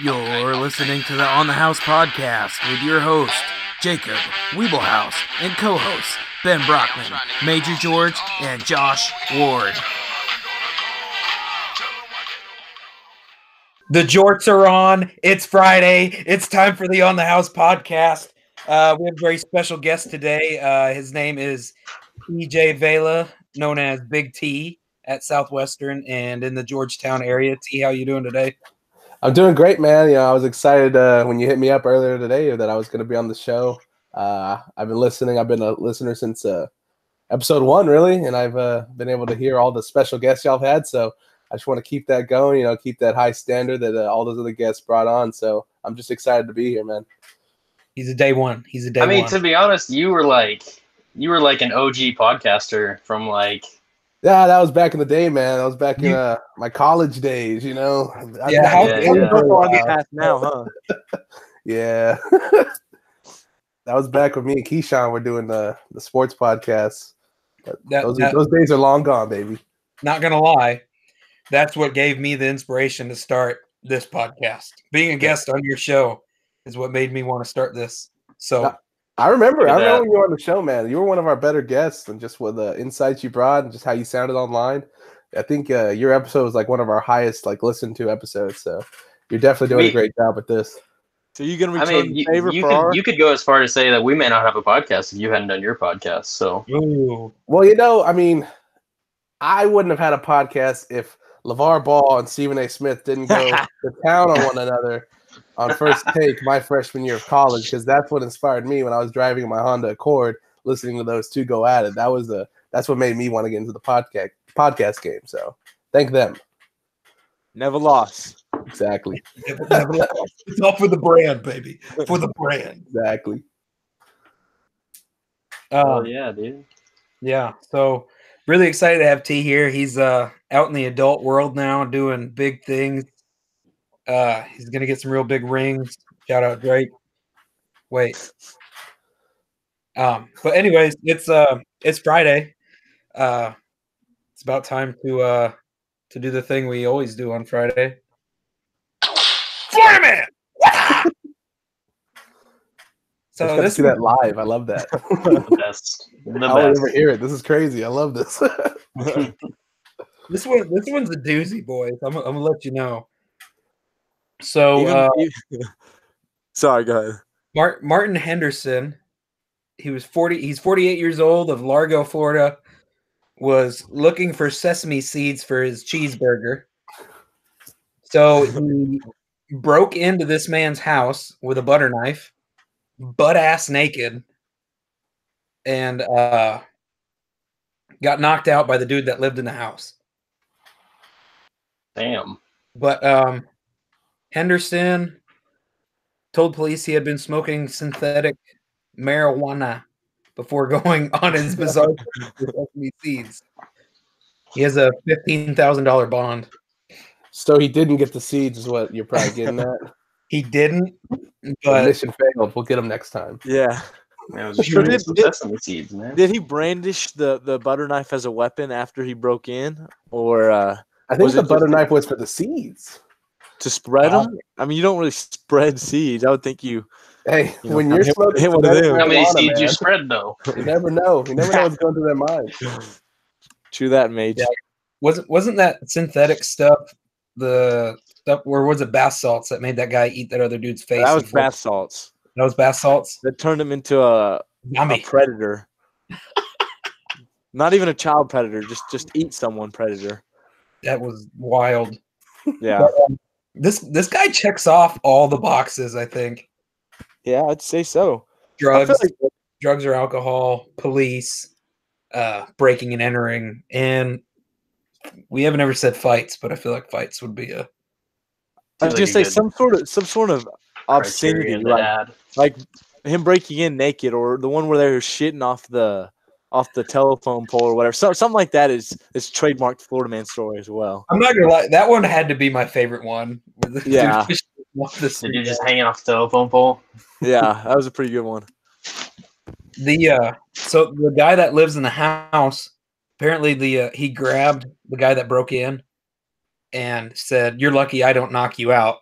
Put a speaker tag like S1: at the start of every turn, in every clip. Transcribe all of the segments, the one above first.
S1: You're listening to the On the House podcast with your host, Jacob Weeblehouse, and co hosts, Ben Brockman, Major George, and Josh Ward.
S2: The jorts are on. It's Friday. It's time for the On the House podcast. Uh, we have a very special guest today. Uh, his name is EJ Vela, known as Big T at Southwestern and in the Georgetown area. T, how you doing today?
S3: I'm doing great, man. You know, I was excited uh, when you hit me up earlier today that I was going to be on the show. Uh, I've been listening. I've been a listener since uh, episode one, really, and I've uh, been able to hear all the special guests y'all have had. So I just want to keep that going. You know, keep that high standard that uh, all those other guests brought on. So I'm just excited to be here, man.
S2: He's a day one. He's a day
S4: I mean,
S2: one.
S4: to be honest, you were like you were like an OG podcaster from like
S3: Yeah, that was back in the day, man. That was back in
S2: You-
S3: uh, my college days. You know. I've
S2: Yeah,
S3: been-
S2: how-
S4: Yeah,
S3: I've
S4: yeah.
S3: been doing a while.
S5: now, huh?
S3: Yeah. that was back when me and Keyshawn were doing the, the sports podcast.
S2: That-
S3: Those,
S2: that-
S3: those days are long gone, baby.
S2: not gonna lie, that's what gave me the inspiration to start this podcast. Being a guest on your show is what made me want to start this. So
S3: Yeah. I remember.
S4: Look
S3: I
S4: at
S3: remember
S4: that.
S3: when you were on the show, man. You were one of our better guests, and just with the insights you brought, and just how you sounded online. I think uh, your episode was like one of our highest like listened to episodes. So you're definitely doing
S4: We-
S3: a great job with this.
S5: So you gonna
S4: I
S5: return
S4: mean you,
S5: the favor
S4: you
S5: for
S4: could
S5: our?
S4: you could go as far to say that we may not have a podcast if you hadn't done your podcast. So
S2: Ooh.
S3: Well, you know, I mean, I wouldn't have had a podcast if LeVar Ball and Stephen A. Smith didn't go to town on one another on first take my freshman year of college because that's what inspired me when I was driving my Honda Accord, listening to those two go at it. That was the that's what made me want to get into the podcast podcast game. So thank them.
S5: Never lost.
S3: Exactly.
S2: it's all for the brand, baby. For the brand.
S3: Exactly.
S2: Um,
S4: oh yeah, dude.
S2: Yeah. So really excited to have T here. He's uh out in the adult world now doing big things. Uh he's gonna get some real big rings. Shout out Drake. Wait. Um, but anyways, it's uh it's Friday. Uh it's about time to uh to do the thing we always do on Friday. Fire man!
S3: So
S2: so this
S3: do that live. I love that.
S4: The best. The
S3: I would
S4: best.
S3: never hear it. This is crazy. I love this.
S2: This one, this one's a doozy, boys. I'm, I'm gonna let you know. So
S5: Even-
S2: uh,
S5: e- Sorry, go ahead.
S2: Mar- Martin Henderson, he was 40. He's 48 years old of Largo, Florida. Was looking for sesame seeds for his cheeseburger. So he broke into this man's house with a butter knife, butt ass naked, and uh, got knocked out by the dude that lived in the house.
S4: Damn.
S2: But um, Henderson told police he had been smoking synthetic marijuana before going on his bizarre trip with sesame seeds. He has a fifteen thousand dollar bond.
S3: so he didn't get the seeds, is what you're probably getting at.
S2: He didn't,
S3: The
S2: but
S3: mission failed. We'll get them next time.
S5: Yeah.
S4: Man, it was
S5: So
S4: just eating
S5: did-
S4: some
S5: did-
S4: sesame seeds, man.
S5: Did he brandish the the butter knife as a weapon after he broke in, or uh,
S3: I think
S5: Was
S3: the
S5: it
S3: butter
S5: just-
S3: knife was for the seeds.
S5: to spread
S3: Uh,
S5: them? I mean, you don't really spread seeds. I would think you.
S3: Hey,
S5: You know,
S3: when
S5: I'm
S3: you're
S5: hit-
S3: smoking,
S5: hit one of
S3: synthetic
S5: them.
S4: How many
S3: marijuana,
S4: seeds you
S3: man,
S4: spread though?
S3: you never know. You never know what's going through their mind.
S5: Chew that, mage.
S2: Yeah. wasn't wasn't that synthetic stuff the stuff where was it bath salts that made that guy eat that other dude's face?
S5: that
S2: and
S5: was
S2: flip-
S5: bath salts.
S2: That was bath salts.
S5: That turned him into a, a
S2: Yummy.
S5: predator. Not even a child predator. Just just eat someone predator.
S2: That was wild.
S5: Yeah.
S2: This this guy checks off all the boxes. I think
S5: Yeah, I'd say so. I
S2: drugs.
S5: feel like
S2: drugs or alcohol, police, uh, breaking and entering, and we haven't ever said fights, but I feel like fights would be a
S5: I
S4: Seems like
S5: was gonna
S4: a
S5: say
S4: good
S5: some sort of some sort of obscenity,
S4: Criterion to
S5: like,
S4: add.
S5: like him breaking in naked, or the one where they were shitting off the off the telephone pole or whatever. So something like that is is trademarked Florida Man story as well.
S2: I'm not gonna lie, that one had to be my favorite one.
S5: Yeah.
S4: Did you just hanging off the telephone pole?
S5: Yeah, that was a pretty good one.
S2: the uh so the guy that lives in the house apparently the uh, he grabbed the guy that broke in and said you're lucky i don't knock you out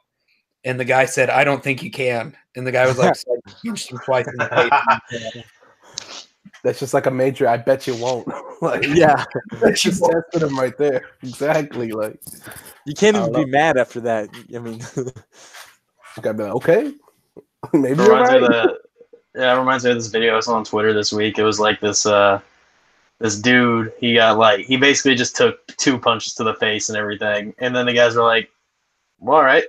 S2: And the guy said, I don't think you can. And the guy was like, so I punched him twice in the face.
S3: That's just like a major. I bet you won't. like,
S5: Yeah,
S3: that's just tested him right there. Exactly. Like,
S5: you can't
S3: I
S5: even be mad after that. I mean,
S3: you gotta be like, okay, maybe you're
S4: reminds me
S3: right.
S4: of the yeah, it reminds me of this video I saw on Twitter this week. It was like this uh this dude, he got like he basically just took two punches to the face and everything. And then the guys were like, well, all right.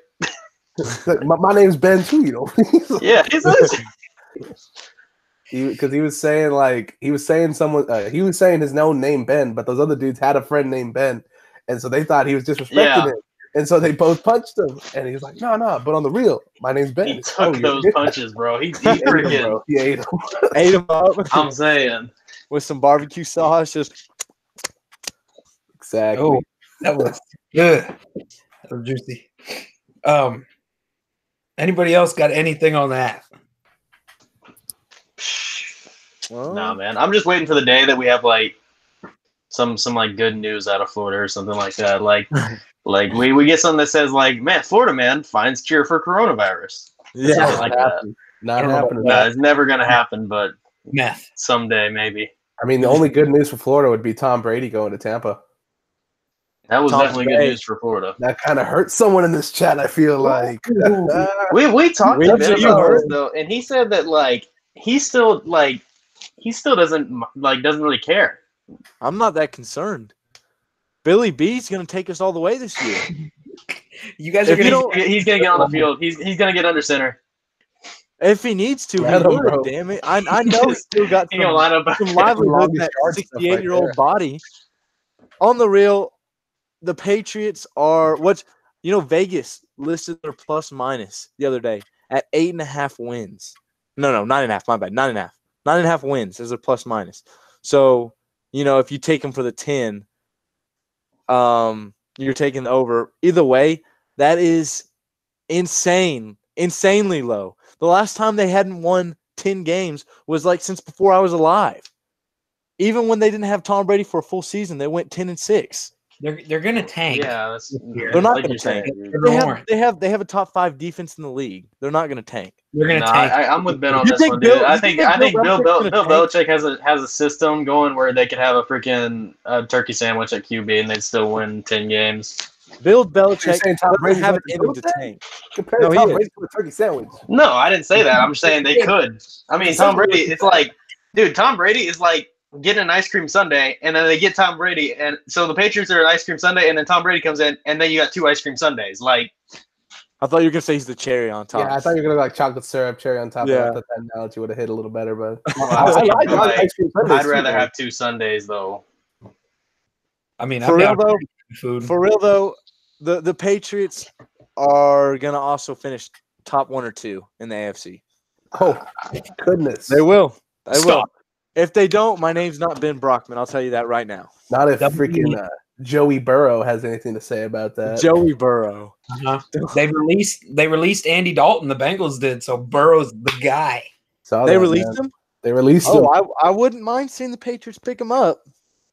S3: Like, my, my name's Ben too. You know,
S4: Yeah, he's nice.
S3: because he, was saying like he was saying someone uh, he was saying his known name Ben, but those other dudes had a friend named Ben, and so they thought he was disrespecting
S4: Yeah.
S3: him, and so they both punched him, and he was like, no, no, but on the real, my name's Ben.
S4: he
S3: Oh,
S4: took
S3: you're-
S4: those punches, bro. He,
S3: He
S4: he
S3: ate him,
S4: freaking
S3: bro. He ate him.
S5: ate him up
S4: I'm saying.
S5: with some barbecue sauce. Just
S3: Exactly.
S2: Oh, that was good. That was juicy. Um, anybody else got anything on that?
S3: Oh.
S5: well,
S4: Nah, man. I'm just waiting for the day that we have like some some like good news out of Florida or something like that. Like like we, we get something that says like, man, Florida man finds cure for coronavirus.
S5: yeah.
S4: Something like
S3: Not
S4: that.
S3: happening.
S2: I
S3: Not
S2: don't know
S3: happening.
S4: Nah, it's never gonna happen, but
S2: Meth.
S4: someday maybe.
S3: I mean, the only good news for Florida would be Tom Brady going to Tampa.
S4: That was
S5: Tom
S4: definitely good
S5: Brady.
S4: news for Florida.
S3: That kind of hurt someone in this chat. I feel like.
S4: We we talked
S5: We
S4: to Ben
S5: did.
S4: about this though, and he said that like he still like he still doesn't m- like doesn't really care.
S5: I'm not that concerned. Billy B's gonna take us all the way this year.
S2: You guys are
S5: If
S4: He's,
S5: you
S2: gonna.
S5: don't-
S4: he's gonna get on the field. He's he's gonna get under center.
S5: If he needs to,
S3: Let
S5: he
S3: him,
S5: would,
S3: bro.
S5: damn it. I, I know he's still got
S4: He's gonna
S5: some,
S4: line up.
S5: some livelihood in
S3: Longest
S5: that
S3: yard stuff right
S5: 68 year old
S3: there.
S5: body. On the real, the Patriots are what's you know Vegas listed their plus minus the other day at eight and a half wins. No, no, nine and a half. My bad, nine and a half. Nine and a half wins as a plus minus. So you know if you take them for the ten, um, you're taking the over. Either way, that is insane, insanely low. The last time they hadn't won ten games was like since before I was alive. Even when they didn't have Tom Brady for a full season, they went ten and six.
S2: They're, they're gonna tank.
S4: Yeah, that's,
S2: They're
S5: not
S4: like
S5: gonna
S4: you're saying,
S5: tank.
S4: dude.
S2: They're
S5: They
S2: gonna,
S5: have, they have they have a top five defense in the league. They're not going to tank.
S2: they're gonna
S4: Nah,
S2: tank.
S4: I, I'm with Ben on
S5: You
S4: this
S5: think
S4: one, dude.
S5: Bill-
S4: I
S5: you
S4: think
S5: think
S4: I think Bill
S5: Bill
S4: Bel- Bill
S5: Belichick's gonna
S4: Belichick has a has a system going where they could have a freaking uh, turkey sandwich at QB and they'd still win ten games.
S5: Bill
S3: You're
S5: Belichick
S3: saying Tom
S5: doesn't
S3: Brady's
S5: have
S3: not
S5: it
S3: the
S5: in him
S3: GOAT
S5: to
S3: then?
S5: tank.
S3: Compare
S5: No, he
S3: Tom
S5: is.
S3: Brady to a turkey sandwich.
S4: No, I didn't say that. I'm saying they could. I mean, Tom Brady. It's like, dude, Tom Brady is like getting an ice cream sundae, and then they get Tom Brady, and so the Patriots are an ice cream sundae, and then Tom Brady comes in, and then you got two ice cream sundaes. Like,
S5: I thought you were going to say he's the cherry on top.
S3: Yeah, I thought you were gonna like chocolate syrup, cherry on top. Yeah.
S5: Yeah.
S3: I thought that analogy would have hit a little better, but
S4: I was thinking, like,
S3: cream sundaes,
S4: I'd
S3: too,
S4: rather
S3: man.
S4: have two sundaes though.
S2: I mean,
S5: for
S2: I'm
S5: real
S2: down
S5: though,
S2: for food.
S5: for real though, the the Patriots are going to also finish top one or two in the AFC.
S3: Oh goodness!
S5: They will. They will.
S2: Stop.
S5: If they don't, my name's not Ben Brockman. I'll tell you that right now.
S3: Not if
S2: That would be-
S3: freaking uh, Joey Burrow has anything to say about that.
S5: Joey Burrow.
S2: Uh-huh. They released they released Andy Dalton. The Bengals did so. Burrow's the guy.
S3: Saw
S5: They
S3: that,
S5: released
S3: Oh, man.
S5: him.
S3: They released him.
S5: Oh, I, I wouldn't mind seeing the Patriots pick him up.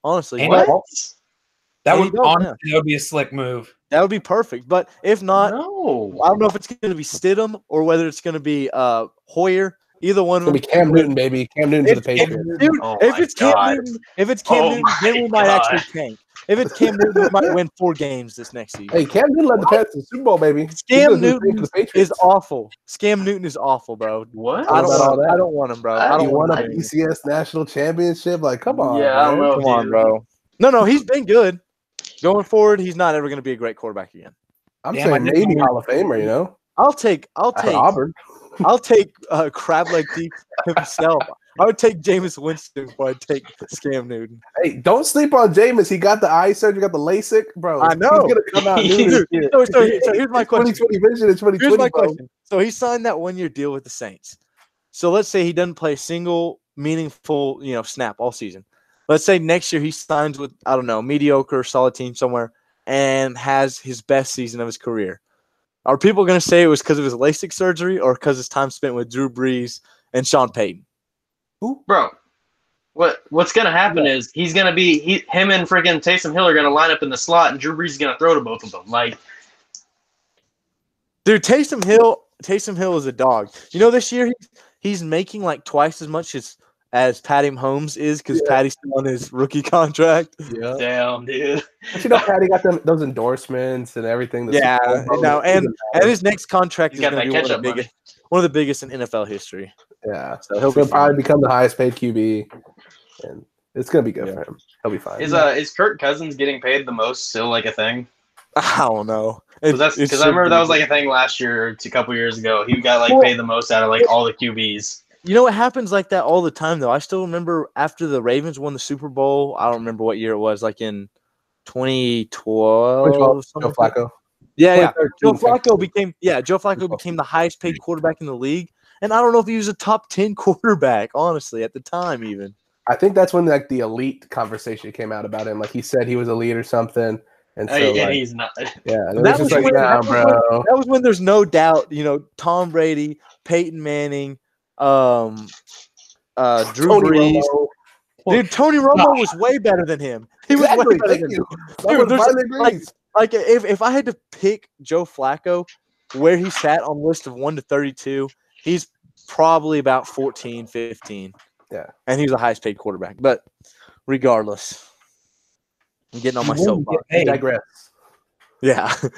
S5: Honestly,
S2: And-
S4: What?
S2: That
S5: Andy
S2: would
S5: Dalton,
S2: honestly that would be a slick move.
S5: that would be perfect. But if not,
S4: No.
S5: I don't know if it's going to be Stidham or whether it's going to be uh, Hoyer. Either one
S3: It's
S5: of
S3: gonna be
S5: them.
S3: Cam Newton, baby. Cam Newton to the
S5: If, if-
S3: Patriots.
S5: dude,
S4: Oh
S5: if
S4: my
S5: it's Cam
S4: God.
S5: Newton, if it's Cam
S4: Oh
S5: Newton,
S4: my
S5: then we might
S4: God.
S5: actually tank. If it's Cam Newton, we might win four games this next season.
S3: Hey, Cam Newton led the Pats to the Super Bowl, baby. He
S5: Cam
S3: does his thing
S5: Newton
S3: for the Patriots.
S5: Is awful. Scam Newton is awful, bro.
S4: What?
S5: I
S3: about
S5: don't.
S3: all
S5: Want,
S3: that?
S5: I don't want him, bro.
S4: I
S5: I
S3: He
S5: don't
S3: won
S5: want
S3: a
S5: him.
S3: BCS national championship. Like, come on.
S4: Yeah, I don't
S3: man.
S4: know.
S5: Come on, bro. No, no, he's been good. Going forward, he's not ever going to be a great quarterback again.
S3: I'm
S2: Damn, I
S3: saying
S2: didn't
S3: maybe
S2: know.
S3: Hall of Famer. You know,
S5: I'll take. I'll
S3: At
S5: take.
S3: Auburn.
S5: I'll take uh, crab leg deep himself. I would take Jameis Winston before I take Scam Newton.
S3: Hey, don't sleep on Jameis. He got the eye surgery, got the LASIK, bro.
S5: I know.
S3: He's gonna come out new this
S5: Dude,
S3: year.
S5: so, so, so here's my question.
S3: 2020 vision in 2020.
S5: Here's my
S3: bro.
S5: question. So he signed that one year deal with the Saints. So let's say he doesn't play a single meaningful, you know, snap all season. Let's say next year he signs with I don't know mediocre, solid team somewhere, and has his best season of his career. Are people going to say it was because of his LASIK surgery or because his time spent with Drew Brees and Sean Payton?
S4: bro. What what's gonna happen is he's gonna be he, him and friggin' Taysom Hill are gonna line up in the slot, and Drew Brees is gonna throw to both of them. Like
S5: Dude, Taysom Hill, Taysom Hill is a dog. You know, this year he, he's making like twice as much as as Patty Mahomes is because
S3: Yeah.
S5: Patty's still on his rookie contract.
S3: Yeah.
S4: Damn, dude.
S3: But you know, Patty got them those endorsements and everything. the
S5: Yeah,
S3: Super Bowl.
S5: no, and- And his next contract
S4: He's
S5: is
S4: got that
S5: going to be one of, the
S4: catch-up
S5: biggest,
S4: money.
S5: one of the biggest in NFL history.
S3: yeah,
S5: So he'll,
S3: he'll
S5: be fine.
S3: probably become the highest paid QB, and it's gonna be good
S5: Yeah.
S3: for him. He'll be fine.
S4: Is uh is Kirk Cousins getting paid the most still like a thing?
S5: I don't know. It-
S4: Because that's
S5: it
S4: because I
S5: should
S4: remember
S5: be.
S4: that was like a thing last year, or two- a couple years ago. He got like paid the most out of like all the QBs.
S5: You know, it happens like that all the time, though. I still remember after the Ravens won the Super Bowl. I don't remember what year it was, like in 2012.
S3: Which one?
S5: something
S3: Joe
S5: like that.
S3: Flacco.
S5: Yeah, yeah. Joe
S3: 2013.
S5: Flacco became yeah. Joe Flacco became the highest paid quarterback in the league, and I don't know if he was a top ten quarterback, honestly, at the time even.
S3: I think that's when like the elite conversation came out about him. Like he said he was elite or something, and so
S4: Hey, Uh, and
S3: like,
S4: he's not. uh,
S3: yeah, and it
S5: That
S3: was
S5: was
S3: just like
S5: when-
S3: nah,
S5: that was when-
S3: bro.
S5: That was when there's no doubt, you know, Tom Brady, Peyton Manning, um, uh, Drew
S3: Tony
S5: Brees.
S3: Romo.
S5: Dude, Tony Romo was way better than him. He was way
S3: Exactly,
S5: better
S3: thank
S5: than him.
S3: you. That
S5: Dude,
S3: was
S5: there's,
S3: Violet
S5: like,
S3: Green's.
S5: Like if, if I had to pick Joe Flacco where he sat on list of 1 to 32, he's probably about 14, 15.
S3: Yeah.
S5: And he was the highest paid quarterback. But regardless, I'm getting on my
S2: He wouldn't
S5: soapbox.
S2: get paid.
S3: digress.
S5: Yeah.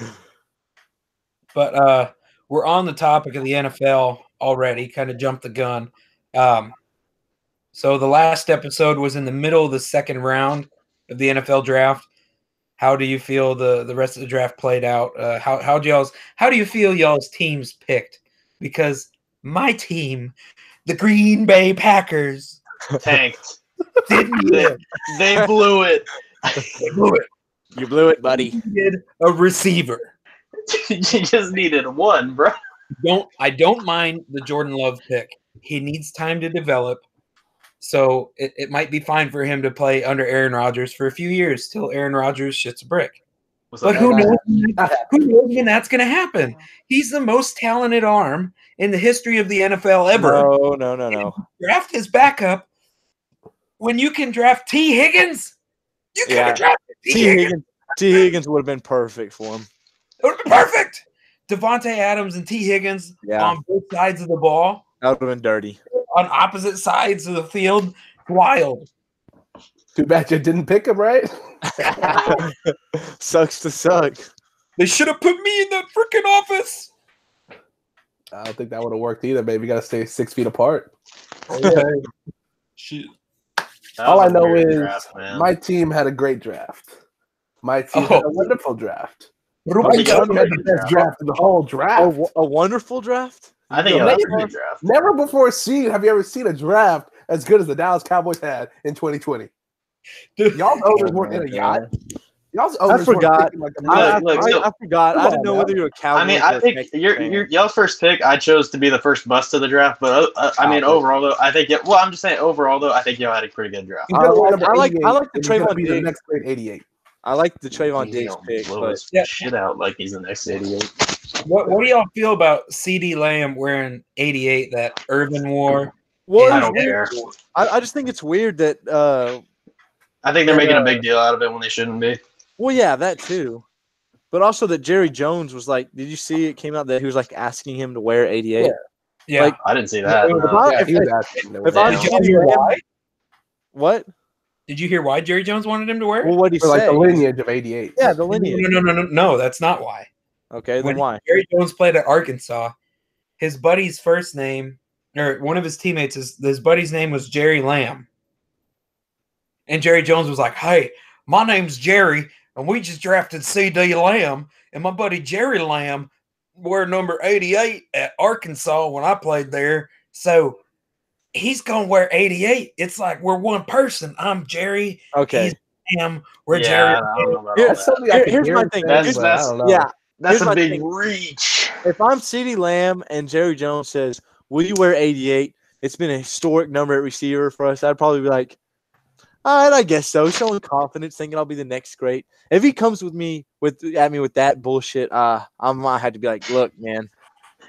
S2: But uh, we're on the topic of the NFL already, kind of jumped the gun. Um, so the last episode was in the middle of the second round of the NFL draft. How do you feel the, the rest of the draft played out? Uh, how how y'all's how do you feel y'all's teams picked? Because my team, the Green Bay Packers,
S4: tanked.
S2: didn't
S4: They, they blew it.
S5: You blew it, buddy.
S2: get a receiver.
S4: you just needed one, bro.
S2: don't I don't mind the Jordan Love pick. He needs time to develop. So it, it might be fine for him to play under Aaron Rodgers for a few years till Aaron Rodgers shits a brick.
S4: What's up,
S2: But who
S4: guys?
S2: knows when that- who knows when that's gonna happen? He's the most talented arm in the history of the NFL ever.
S5: No, no, no, no.
S2: Draft his backup when you can draft T. Higgins. You could
S5: Yeah.
S2: have drafted T.
S5: T.
S2: Higgins.
S5: Higgins, T. Higgins would have been perfect for him.
S2: It would have been perfect. Devontae Adams and T. Higgins
S5: Yeah.
S2: on both sides of the ball.
S5: that would have been dirty.
S2: on opposite sides of the field. Wild.
S3: Too bad you didn't pick him, right?
S5: Sucks to suck.
S2: They should have put me in the freaking office.
S3: I don't think that would have worked either, babe. You gotta stay six feet apart.
S2: Shit.
S4: That
S3: All
S4: was
S3: I
S4: a
S3: know
S4: weird
S3: is
S4: draft, man.
S3: My team had a great draft. My team had a
S2: Oh.
S3: wonderful draft.
S5: Oh,
S3: My
S4: think
S3: team
S4: it was
S3: had
S4: a
S3: the
S4: great
S3: best
S4: draft.
S3: draft in the whole draft.
S5: A, wo- a wonderful draft.
S4: I think
S3: No,
S4: that's
S3: maybe.
S4: a good draft.
S3: Never before seen have you ever seen a draft as good as the Dallas Cowboys had in 2020.
S2: Dude.
S3: Y'all's owners weren't in a yacht. Y'all's owners Weren't
S5: forgot.
S3: thinking like a
S4: Look,
S5: I,
S3: million-
S4: look,
S5: I-
S4: so-
S5: I forgot.
S3: Come
S5: I didn't
S3: on,
S5: know
S3: man.
S5: whether you were a Cowboys.
S4: I mean,
S5: or
S4: I
S5: a
S4: picked
S5: Texans
S4: your,
S5: fan.
S4: your y'all's first pick. I chose to be the first bust of the draft, but uh, I mean,
S3: Wow.
S4: overall though, I think. Yeah, well, I'm just saying, overall though, I think y'all had a pretty good draft.
S3: He's gonna
S5: I
S3: be
S5: like-
S3: number
S5: I like- I
S3: 88,
S5: like
S3: and
S5: the
S3: he's gonna
S5: Trayvon
S3: be the
S5: Diggs.
S3: next grade 88.
S5: I like the Trayvon
S4: He
S5: Diggs
S4: don't
S5: pick,
S4: blow
S5: but
S4: his
S2: Yeah.
S4: shit out like he's the next idiot.
S2: What, what do y'all feel about CD Lamb wearing 88 that Urban wore?
S5: well,
S4: I
S5: it's
S4: don't
S5: weird-
S4: care.
S5: I, I just think it's weird that. Uh,
S4: I think they're
S5: And,
S4: making
S5: uh,
S4: a big deal out of it when they shouldn't be.
S5: well, yeah, that too, but also that Jerry Jones was like, did you see it came out that he was like asking him to wear 88?
S3: Yeah.
S2: Yeah.
S5: Like,
S4: I didn't see that.
S5: If
S4: no.
S5: I-
S3: Yeah,
S5: if-
S3: he was asking.
S5: If
S4: Yeah.
S5: I'm
S2: Did you
S5: Jerry
S2: hear
S5: Jones-
S2: why?
S5: what?
S2: Did you hear why Jerry Jones wanted him to wear it?
S5: Well, what he
S3: for like
S5: say?
S3: the lineage of 88.
S5: yeah, the
S2: no,
S5: lineage.
S2: no, no, no, no. That's not why.
S5: Okay, then
S2: When-
S5: why?
S2: Jerry Jones played at Arkansas. His buddy's first name, or one of his teammates, is his buddy's name was Jerry Lamb. And Jerry Jones was like, "Hey, my name's Jerry, and we just drafted C.D. Lamb, and my buddy Jerry Lamb were number eighty-eight at Arkansas when I played there, so." He's gonna wear 88. It's like we're one person. I'm Jerry.
S5: Okay,
S2: He's- Lamb. We're
S4: yeah,
S2: Jerry.
S4: I don't know about all
S3: That's
S4: that.
S3: something I
S5: Here-
S3: could
S5: here's
S3: hear
S5: my
S3: him
S5: thing.
S3: say,
S4: That's-
S3: but I
S4: that's-
S3: don't know.
S5: yeah.
S4: That's
S5: Here's my
S4: a big
S5: thing.
S4: reach.
S5: if I'm CeeDee Lamb and Jerry Jones says, Will you wear 88? It's been a historic number at receiver for us. I'd probably be like, All right, I guess so. Showing confidence, thinking I'll be the next great. If he comes with me with at me with that bullshit, uh, I might have to be like, Look, man,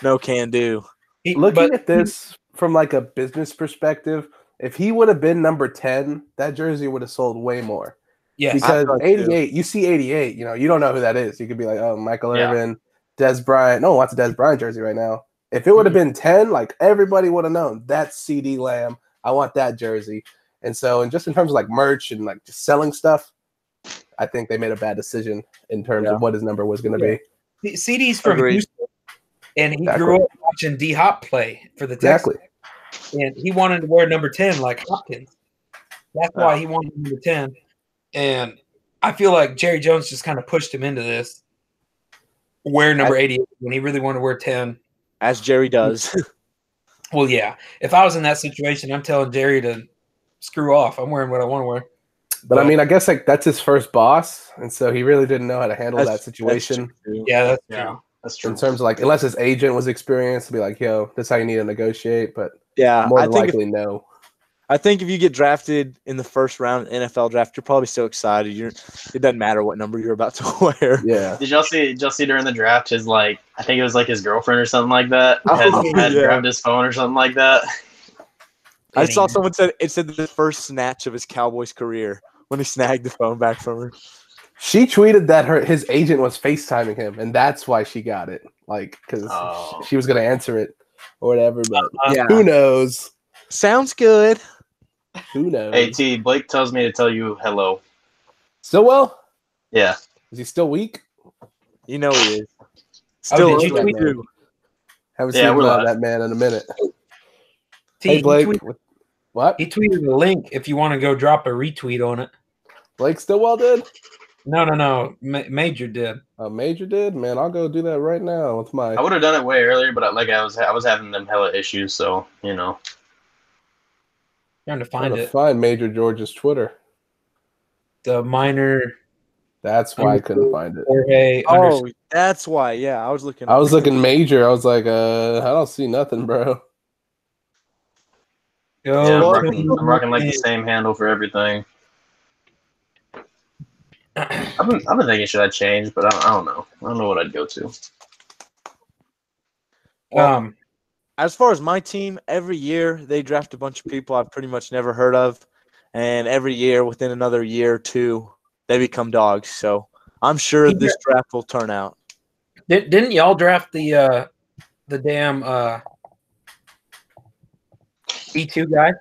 S5: no can do.
S2: He-
S3: looking
S2: but-
S3: at this from like a business perspective, if he would have been number 10, that jersey would have sold way more.
S2: yes,
S3: Because
S5: thought too.
S3: 88, you see 88, you know, you don't know who that is. You could be like, oh, Michael
S4: Yeah.
S3: Irvin, Des Bryant. No one wants a Des Bryant jersey right now. If it would have
S5: Mm-hmm.
S3: been 10, like everybody would have known that's CD Lamb. I want that jersey. And so, and just in terms of like merch and like just selling stuff, I think they made a bad decision in terms
S5: Yeah.
S3: of what his number was going to be.
S2: C- CD's from
S5: Agreed.
S2: Houston, and he
S3: Exactly.
S2: grew up watching D Hop play for the
S3: Exactly.
S2: Texans, and he wanted to wear number ten like Hopkins. That's why he wanted number ten, and I feel like Jerry Jones just kind of pushed him into this. Wear number eighty when he really wanted to wear ten.
S5: as Jerry does.
S2: Well, yeah. If I was in that situation, I'm telling Jerry to screw off. I'm wearing what I want to wear.
S3: But I mean, I guess like that's his first boss, and so he really didn't know how to handle that
S5: That's-
S3: situation
S5: that's true.
S2: yeah, that's
S4: Yeah,
S2: true.
S4: that's
S3: in
S4: true.
S3: terms of like unless his agent was experienced to be like, "Yo, this is how you need to negotiate," but
S5: yeah,
S3: more
S5: I
S3: than
S5: think if,
S3: likely no.
S5: I think if you get drafted in the first round of NFL draft, you're probably so excited. You're it doesn't matter what number you're about to wear.
S3: Yeah,
S4: Did y'all see? Did y'all see during the draft his like? I think it was like his girlfriend or something like that. Had,
S5: Oh,
S4: had
S5: yeah.
S4: grabbed his phone or something like that.
S5: I saw
S2: Penny.
S5: someone said it said the first snatch of his Cowboys career when he snagged the phone back from her.
S3: she tweeted that her his agent was FaceTiming him, and that's why she got it, like because
S4: Oh.
S3: she was gonna answer it or whatever. But
S5: Yeah,
S3: who knows?
S5: sounds good.
S3: Who knows?
S4: At Blake tells me to tell you hello.
S3: Still well?
S4: Yeah.
S3: Is he still weak?
S5: You know he
S3: Oh,
S5: is. Still,
S2: did you
S5: up
S3: tweet
S5: there.
S3: Haven't
S4: Yeah,
S3: seen
S4: we're
S3: uh,
S4: live.
S3: that man in a minute.
S2: T-
S3: Hey
S2: he
S3: Blake,
S2: tweet-
S3: what?
S2: he tweeted a link if you want to go drop a retweet on it.
S3: Blake Stillwell did?
S2: No, no, no. Ma- Major did.
S3: Uh, Major did? Man, I'll go do that right now with my.
S4: I would have done it way earlier, but I, like I was, I was having them hella issues. So you know,
S2: Trying to
S3: I'm
S2: find
S3: gonna
S2: it.
S3: find Major George's Twitter.
S2: The minor
S3: That's why I couldn't find it.
S2: Jorge.
S5: Oh,
S2: underscore-
S5: that's why. Yeah, I was looking.
S3: I was looking Major. I was like, uh, I don't see nothing, bro.
S2: go
S4: Oh, yeah, I'm,
S5: well,
S4: rocking, I'm rocking like the same handle for everything. I've been, I've been thinking should I change, but I don't, I don't know. I don't know what I'd go to.
S2: Um,
S5: as far as my team, every year they draft a bunch of people I've pretty much never heard of, and every year within another year or two, they become dogs. So I'm sure this draft will turn out.
S2: di- didn't y'all draft the uh, the damn uh, E two guy?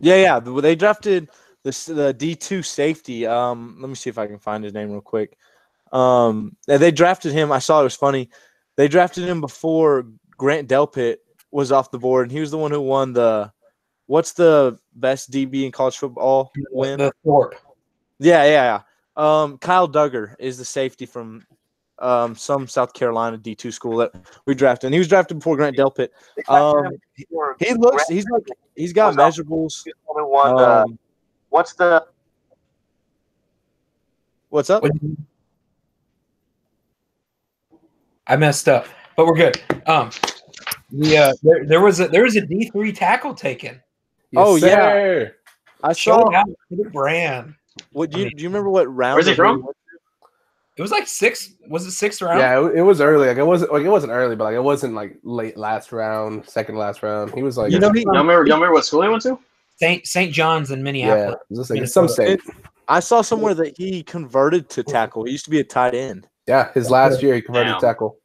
S5: Yeah, yeah. th- They drafted the s- the D two safety. Um, let me see if I can find his name real quick. Um, and they drafted him. I saw it was funny. They drafted him before Grant Delpit was off the board, and he was the one who won the what's the best DB in college football win?
S2: The Thorpe.
S5: Yeah, yeah, yeah. Um, Kyle Duggar is the safety from um, some South Carolina D two school that we drafted, and he was drafted before Grant Delpit. Um, he looks, he's like, he's got measurables. Um,
S6: uh, what's the
S5: what's up?
S2: What- I messed up, but we're good. Um, the, uh, there, there was a there was a D three tackle taken.
S5: Oh, yeah.
S3: sir.
S5: I
S2: Show
S5: saw.
S2: out to the brand.
S5: What do you do? You remember what round?
S4: Where's it
S5: of
S4: from?
S2: It was like six. Was it sixth round?
S3: Yeah, it, it was early. Like it wasn't like it wasn't early, but like it wasn't like late last round, second last round. He was like,
S5: You know, he,
S4: Y'all remember, y'all remember what school he went to?
S2: Saint Saint John's in
S3: yeah,
S2: Minneapolis.
S3: it was just, like, some state.
S5: I saw somewhere that he converted to tackle. He used to be a tight end,
S3: Yeah, his last year he converted
S4: Damn.
S3: tackle.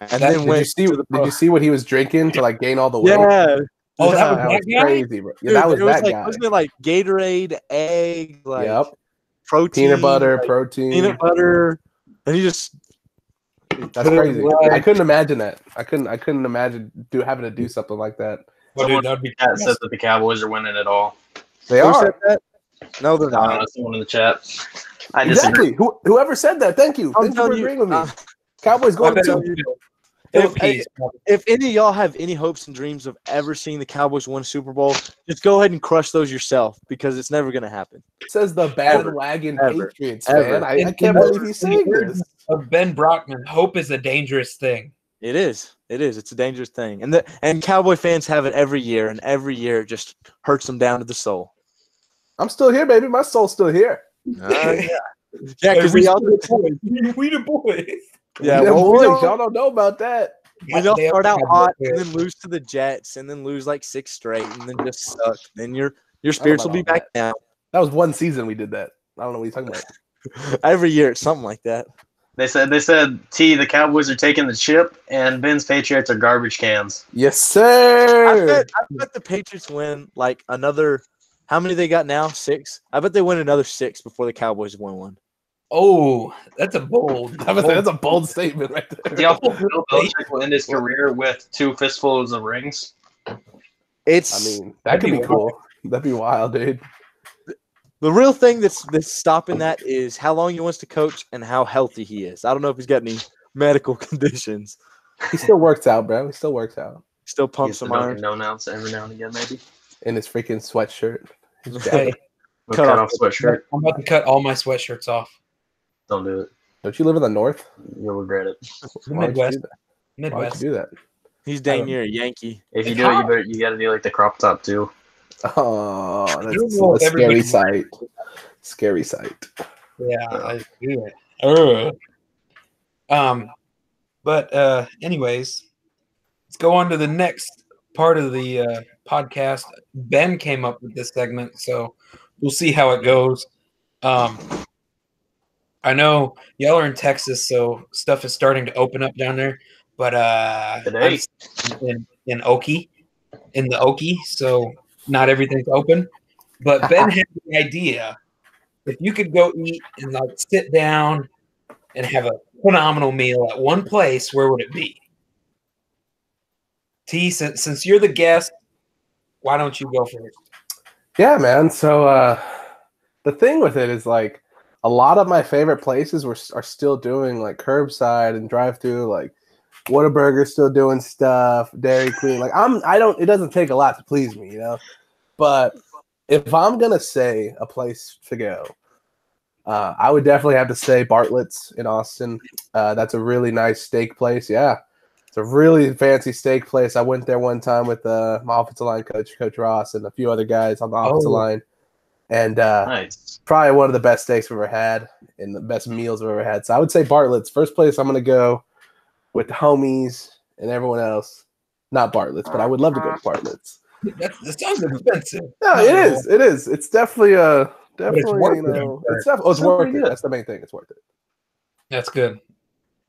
S5: and
S2: That-
S5: then
S3: Did you
S5: went
S3: see?
S5: to the
S3: Did you see what he was drinking to like gain all the weight?
S5: yeah.
S2: Oh, that
S5: Yeah.
S2: was
S3: That
S2: that
S3: was
S2: guy.
S3: crazy, bro. Yeah,
S5: dude,
S3: that was
S5: it
S3: that
S5: like,
S3: guy.
S5: Wasn't it like Gatorade, egg, like
S3: yep,
S5: protein,
S3: peanut butter,
S5: like,
S3: protein.
S5: peanut butter, and he just
S3: That's
S5: butter,
S3: crazy.
S5: like-
S3: I couldn't imagine that. I couldn't. I couldn't imagine do having to do something like that.
S2: Oh, dude,
S4: Someone
S2: that'd be
S4: Cat says that the Cowboys are winning it all.
S3: They
S5: Who
S3: are
S5: said that? No, they're
S4: I don't
S5: not.
S4: know, someone in the chat. I disagree.
S3: exactly. Who, whoever said that? Thank you.
S5: I'm
S3: Thank you for
S5: telling
S3: agreeing
S5: you.
S3: with me.
S5: uh,
S3: Cowboys
S2: I
S3: going
S2: bet
S3: to.
S2: you
S5: If-
S2: Philippines.
S5: if any of y'all have any hopes and dreams of ever seeing the Cowboys win a Super Bowl, just go ahead and crush those yourself because it's never going to happen.
S3: Says the bandwagon
S5: Ever.
S3: Patriots
S5: Ever.
S3: fan. I, I
S2: And-
S3: can't
S2: and
S3: believe he's saying
S2: there's-
S3: this.
S2: Of Ben Brockman, hope is a dangerous thing.
S5: It is. It is. It's a dangerous thing, and the and Cowboy fans have it every year, and every year it just hurts them down to the soul.
S3: I'm still here, baby. My soul's still here.
S5: Yeah, because we all
S2: we the boys.
S5: yeah,
S3: We them
S5: well, we
S3: boys,
S5: all-
S3: y'all don't know about that.
S5: we all
S2: Goddamn
S5: start out
S2: Cowboys.
S5: hot and then lose to the Jets and then lose like six straight and then just suck. Then your your spirits will be
S3: about
S5: back down
S3: That was one season we did that. I don't know what you're talking about.
S5: every year. It's something like that.
S4: They said they said T the Cowboys are taking the chip and Ben's Patriots are garbage cans.
S3: Yes, sir.
S5: I bet, I bet the Patriots win like another. How many they got now? Six. I bet they win another six before the Cowboys win one.
S2: Oh, that's a bold.
S3: I was like, that's a bold statement right there.
S4: Do y'all think Bill Belichick will end his career with two fistfuls of rings?
S3: I
S5: It's
S3: mean, that could be cool. That'd be wild, dude.
S5: the real thing that's that's stopping that is how long he wants to coach and how healthy he is. I don't know if he's got any medical conditions.
S3: He still works out, bro. He still works out
S5: Still pump
S4: He's
S5: some
S4: known-
S5: iron.
S4: known outs every now and again, maybe.
S3: in his freaking sweatshirt.
S2: Hey,
S4: With
S5: Cut
S4: cut,
S5: off
S4: off sweatshirt.
S2: I'm about to cut all my sweatshirts off.
S4: Don't do it.
S3: Don't you live in the north?
S4: You'll regret it.
S2: The
S3: Why would you
S2: Midwest.
S3: do that? Why would
S2: Midwest.
S3: you do that?
S5: He's
S2: I
S5: dang
S2: don't-
S5: near a Yankee.
S4: If you
S2: It's
S4: do it, you better you gotta do like the crop top too.
S3: Oh,
S2: don't
S3: that's
S2: know if
S3: a scary
S2: everybody-
S3: sight. Scary sight.
S2: Yeah, I do it. Ugh. Um, but uh, anyways, let's go on to the next part of the uh, podcast. Ben came up with this segment, so we'll see how it goes. Um, I know y'all are in Texas, so stuff is starting to open up down there. But uh,
S4: Today.
S2: I'm in in Okie, in the Okie, so not everything's open. But Ben had the idea if you could go eat and like sit down and have a phenomenal meal at one place, where would it be? T, since, since you're the guest, why don't you go first?
S3: Yeah, man. So uh, the thing with it is like a lot of my favorite places were are still doing like curbside and drive through. Like Whataburger's still doing stuff. Dairy Queen. Like I'm. I don't. It doesn't take a lot to please me, you know. But if I'm gonna say a place to go, uh, I would definitely have to say Bartlett's in Austin. Uh, that's a really nice steak place. Yeah. It's a really fancy steak place. I went there one time with uh, my offensive line coach, Coach Ross, and a few other guys on the offensive
S2: Oh.
S3: line. And uh,
S4: Nice.
S3: probably one of the best steaks we've ever had and the best meals I've ever had. So I would say Bartlett's. First place I'm going to go with the homies and everyone else. Not Bartlett's, but I would love to go to Bartlett's.
S2: That, that sounds expensive.
S3: No, it is. It is. It's definitely uh
S2: it's
S3: Definitely,
S2: worth
S3: you
S2: it,
S3: know,
S2: I'm
S3: it's, def- oh, it's
S4: Still
S3: worth
S4: pretty
S3: it.
S4: good.
S3: That's the main thing. It's worth it.
S2: That's good.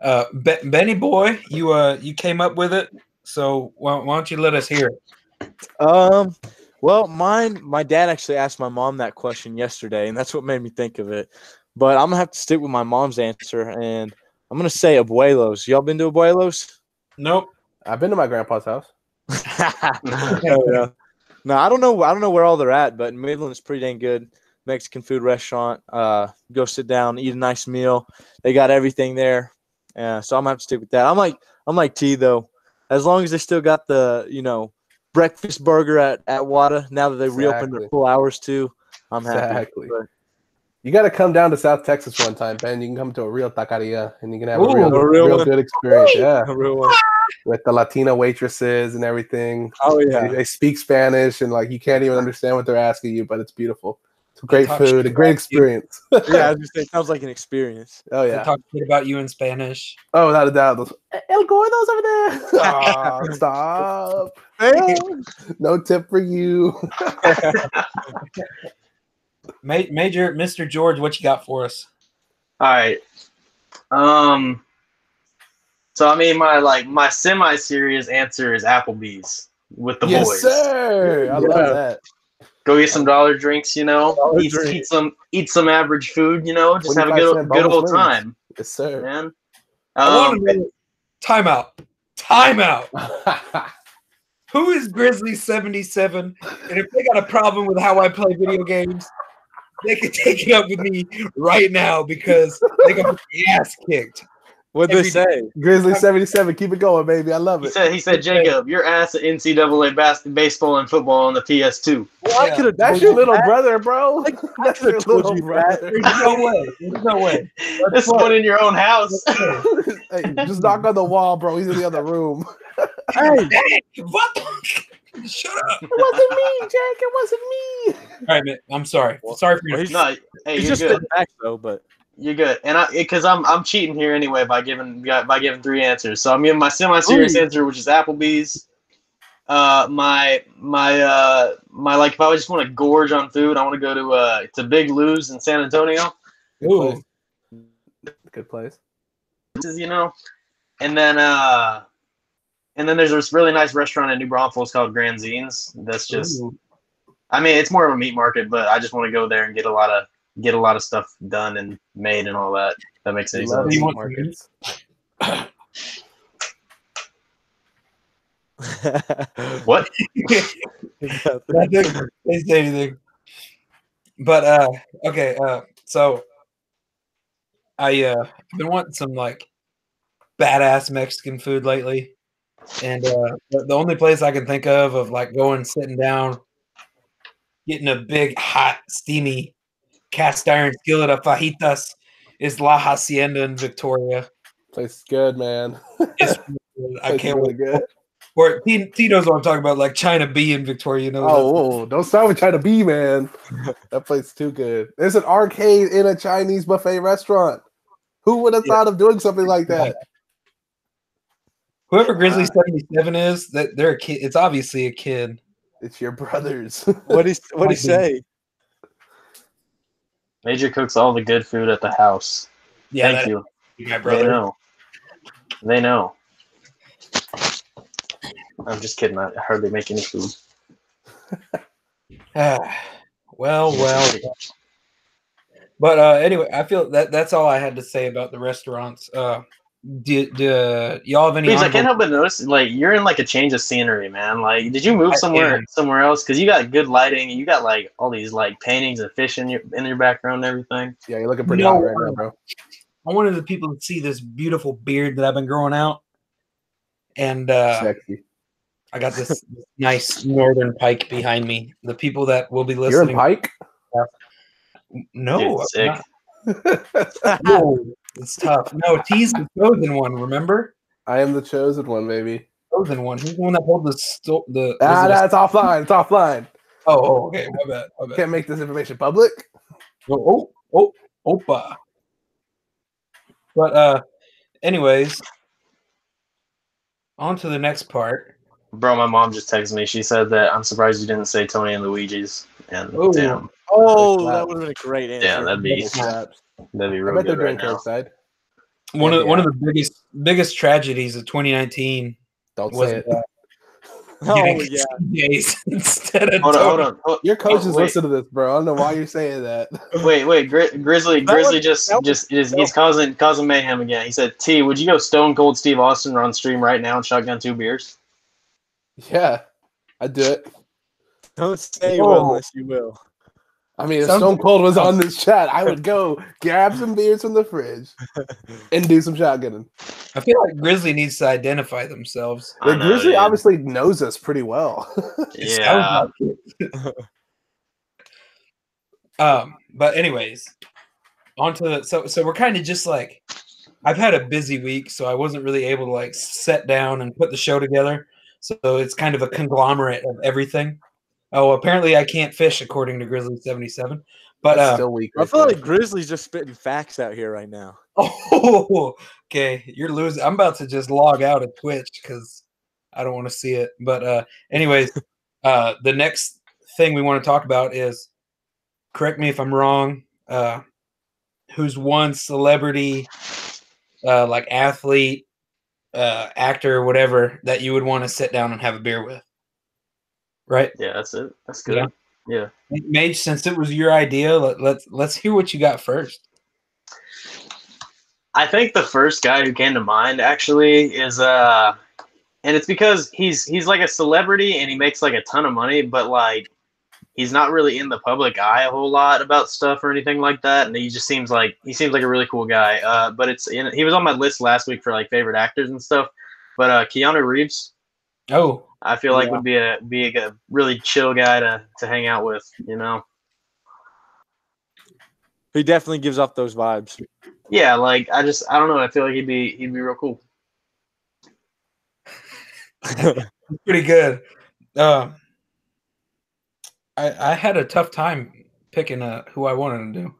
S2: Uh, Be- Benny boy, you uh, you came up with it, so why, why don't you let us hear? it?
S5: Um, well, mine. My dad actually asked my mom that question yesterday, and that's what made me think of it. But I'm gonna have to stick with my mom's answer, and I'm gonna say Abuelos. Y'all been to Abuelos?
S2: Nope.
S3: I've been to my grandpa's house.
S5: no, no. No, I don't know. I don't know where all they're at, but Midland's pretty dang good Mexican food restaurant. Uh, go sit down, eat a nice meal. They got everything there. Uh, so I'm gonna have to stick with that. I'm like I'm like T though. As long as they still got the you know breakfast burger at at Wada now that they reopened
S3: Exactly.
S5: their full hours too, I'm happy.
S3: Exactly.
S5: but-
S3: You got to come down to South Texas one time, Ben. You can come to a real taqueria and you can have a real,
S5: Ooh, a real
S3: real,
S5: one.
S3: good experience. Yeah,
S5: A real one.
S3: with the Latina waitresses and everything.
S5: Oh
S3: They-
S5: yeah.
S3: They speak Spanish and like you can't even understand what they're asking you, but it's beautiful. It's great
S2: talk
S3: food,
S2: shit
S3: a great
S2: about you.
S3: experience.
S5: Yeah, I was just saying, sounds like an experience.
S3: Oh
S2: They
S3: yeah.
S2: Talk shit about you in Spanish.
S3: Oh, without a doubt. Those, El Gordo's over there. Aw, stop. No tip for you.
S2: Ma- Major Mr. George, what you got for us?
S4: All right. Um. So I mean, my like my semi-serious answer is Applebee's with the
S3: yes,
S4: boys.
S3: sir. I
S5: Yeah.
S3: love that.
S4: Go get some dollar drinks, you know.
S5: Dollar
S4: Eat,
S5: drinks.
S4: eat some eat some average food, you know. Just have a
S3: 25
S4: good
S3: cent
S4: good old
S3: boneless wings.
S4: time,
S3: Yes, sir.
S4: man.
S2: I want
S4: Um,
S2: to know. Timeout. Timeout. Who is Grizzly 77? And if they got a problem with how I play video games, they could take it up with me right now because they got their ass kicked.
S5: What'd they
S2: Every
S5: say?
S3: Grizzly 77, keep it going, baby. I love
S4: he
S3: it.
S4: said he said Jacob, your ass at NCAA bas- baseball and football on the PS2.
S5: Well,
S2: Yeah.
S5: I could have
S3: That's your little brother, bro. That's your
S5: could've told
S3: little
S5: you
S3: brother.
S2: There's no way. There's no way.
S4: This one in your own house.
S3: Hey, just knock on the wall, bro. He's in the other room.
S5: Hey,
S2: What the- Shut up.
S3: It wasn't me, Jake. It wasn't me.
S2: All right, man. I'm sorry. Sorry for your.
S5: he's,
S4: no, hey,
S5: he's
S4: you're
S5: just
S4: good.
S5: sitting back though, but
S4: You're good, and I because I'm I'm cheating here anyway by giving by giving three answers. So I'm giving my semi-serious
S5: Ooh.
S4: answer, which is Applebee's. Uh, my my uh my like if I just want to gorge on food, I want to go to uh to Big Lou's in San Antonio.
S3: Good place.
S2: Ooh.
S3: Good place.
S4: you know. And then uh and then there's this really nice restaurant in New Braunfels called Grand Zines. That's just I mean, it's more of a meat market, but I just want to go there and get a lot of get a lot of stuff done and made and all that. If that makes any
S3: Love
S4: sense.
S3: meat
S2: want
S3: markets.
S4: What?
S2: I think they say anything. But uh okay, uh so I uh been wanting some like badass Mexican food lately. And uh the the only place I can think of of like going sitting down, getting a big hot steamy cast iron skillet of fajitas is La Hacienda in Victoria.
S3: Place is good, man.
S2: It's, I
S3: Place is
S2: can't
S3: really
S2: wait.
S3: good.
S2: Or T- Tito's what I'm talking about, like China B in Victoria. You know,
S3: Oh, whoa, don't start with China B, man. That place is too good. There's an arcade in a Chinese buffet restaurant. Who would have
S2: Yeah.
S3: thought of doing something like that?
S2: Whoever Grizzly seventy seven is, that they're a kid. It's obviously a kid.
S3: It's your brothers.
S5: What is what do you say?
S4: Major cooks all the good food at the house.
S2: Yeah,
S4: Thank you.
S2: you, my
S4: They
S2: brother.
S4: know. They know. I'm just kidding. I hardly make any food.
S2: Ah, well, well. But uh, anyway, I feel that that's all I had to say about the restaurants. Uh, do, do y'all have any?
S4: Please, I
S2: honorable-
S4: can't help but notice, like you're in like a change of scenery, man. Like, did you move
S2: I
S4: somewhere
S2: am.
S4: somewhere else? Because you got good lighting, and you got like all these like paintings and fish in your in your background and everything.
S3: yeah, you're looking pretty
S2: No
S3: hot right now, bro.
S2: I wanted the people to see this beautiful beard that I've been growing out, and uh,
S3: Sexy.
S2: I got this nice northern pike behind me. The people that will be
S3: You're
S2: listening,
S3: in Pike?
S2: no,
S4: Dude,
S2: I'm
S4: sick.
S2: not. No, it's tough. No, T's the chosen one. Remember,
S3: I am the chosen one, baby.
S2: chosen one. He's the one that holds the sto- the. was
S3: Ah,
S2: it a-
S3: that's offline. It's offline.
S2: Oh, oh, okay. My bad. My bad.
S3: Can't make this information public.
S2: Oh, oh, oh, opa. But uh, anyways, on to the next part.
S4: Bro, my mom just texted me. She said that I'm surprised you didn't say Tony and Luigi's. And
S2: Ooh.
S4: damn,
S5: Oh,
S3: Like that.
S5: that would have been a great answer.
S4: damn, that'd be
S3: Snaps.
S4: that'd be
S3: I
S4: real
S3: bet they're
S4: good right
S3: doing
S4: now.
S3: curbside.
S2: One of
S3: Yeah.
S2: one of the biggest biggest tragedies of 2019
S3: Don't
S2: was
S3: say it.
S2: uh,
S5: oh
S2: getting
S5: yeah.
S2: CJs instead of
S4: Hold on, hold
S2: Tony.
S4: on. Hold,
S3: Your coaches
S4: Oh, wait.
S3: listen to this, bro. I don't know why you're saying that.
S4: wait, wait, Gri- Grizzly,
S5: That
S4: Grizzly
S5: was-
S4: just
S5: that was-
S4: just is,
S5: that
S4: he's
S5: was-
S4: causing causing mayhem again. He said, "T, would you go Stone Cold Steve Austin on stream right now and shotgun two beers?"
S3: Yeah, I do it.
S5: Don't say you will
S2: Whoa.
S5: unless you will.
S3: I mean, if
S2: Sounds-
S3: Stone Cold was on this chat, I would go grab some beers from the fridge and do some shotgunning.
S2: I feel like Grizzly needs to identify themselves.
S4: I
S3: The
S4: know,
S3: Grizzly
S4: dude.
S3: obviously knows us pretty well.
S2: It
S4: Yeah,
S2: sounds like it. um, but anyways, onto the so so we're kind of just like I've had a busy week, so I wasn't really able to like set down and put the show together. So it's kind of a conglomerate of everything. Oh, apparently I can't fish according to Grizzly seventy seven. But
S3: That's
S2: uh,
S3: still weak.
S5: I
S3: right
S5: feel
S3: there.
S5: like Grizzly's just spitting facts out here right now.
S2: oh, okay, you're losing. I'm about to just log out of Twitch because I don't want to see it. But uh, anyways, uh, the next thing we want to talk about is correct me if I'm wrong. Uh, who's one celebrity, uh, like athlete, uh, actor, whatever that you would want to sit down and have a beer with, right?
S4: yeah, that's it. That's good.
S2: Yeah. Mage, since it was your idea, let, let's let's hear what you got first.
S4: I think the first guy who came to mind actually is uh and it's because he's he's like a celebrity and he makes like a ton of money, but like he's not really in the public eye a whole lot about stuff or anything like that. And he just seems like he seems like a really cool guy. Uh but it's you know, he was on my list last week for like favorite actors and stuff. But uh Keanu Reeves,
S2: Oh,
S4: I feel like
S5: Yeah.
S4: would be a be a good- really chill guy to, to hang out with, you know.
S5: He definitely gives off those vibes.
S4: Yeah, like I just I don't know, I feel like he'd be he'd be real cool.
S2: pretty good. Um, I I had a tough time picking uh, who I wanted to do,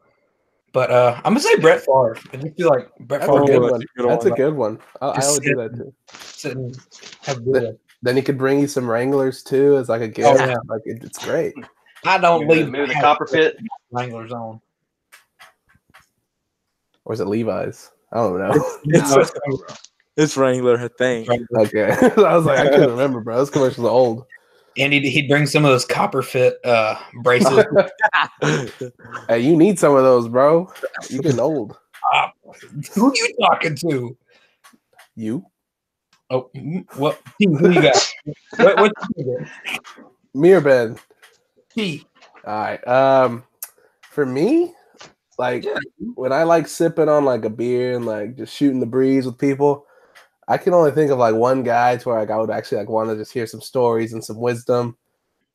S2: but uh, I'm gonna say Brett Favre. I just feel like Brett
S3: that's
S2: Favre
S3: a
S5: Oh,
S3: good one.
S5: that's a good
S3: That's
S5: one.
S3: a good one. I, I
S2: Just
S3: would do that too.
S2: sit and have beer.
S3: Then he could bring you some Wranglers too as
S5: Oh,
S3: like a gift.
S2: yeah.
S3: Like it, it's great.
S2: I don't
S4: Maybe,
S2: leave
S4: the- maybe the
S2: my
S4: copper fit.
S2: Wranglers on.
S3: Or is it Levi's? I don't know.
S5: It's, it's Wrangler thing.
S3: Okay, I was like, I couldn't remember, bro. This commercial's old.
S2: And he'd, he'd bring some of those copper fit uh, braces.
S3: Hey, you need some of those, bro. You getting old?
S2: Who are you talking to?
S3: You,
S2: Oh, mm, what? Steve, Who you got? what, what you got?
S3: me or Ben?
S2: Steve.
S3: All right. Um, for me, like
S2: Yeah.
S3: when I like sipping on like a beer and like just shooting the breeze with people, I can only think of like one guy to where like I would actually like want to just hear some stories and some wisdom,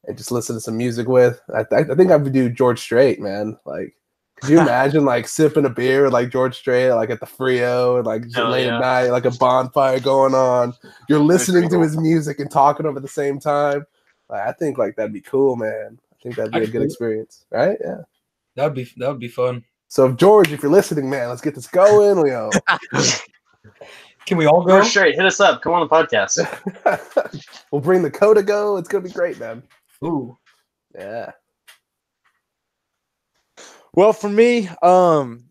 S3: and just listen to some music with. I, th- I think I would do George Strait, man. Like, could you imagine like sipping a beer with like George Strait, like at the Frio, and like just
S4: Hell
S3: late
S4: yeah.
S3: at night, like a bonfire going on. You're listening to
S4: cool.
S3: his music and talking to him at the same time. Like, I think like that'd be cool, man. I think that'd be
S2: I
S3: a
S2: could
S3: good
S2: do it.
S3: experience, right? Yeah.
S2: That'd be that'd be fun.
S3: So if George, if you're listening, man, let's get this going, uh, Leo.
S2: Can we all go?
S4: Go straight. Hit us up. Come on the podcast.
S3: we'll bring the code to go. It's gonna be great, man.
S2: Ooh.
S3: Yeah.
S5: Well, for me, um,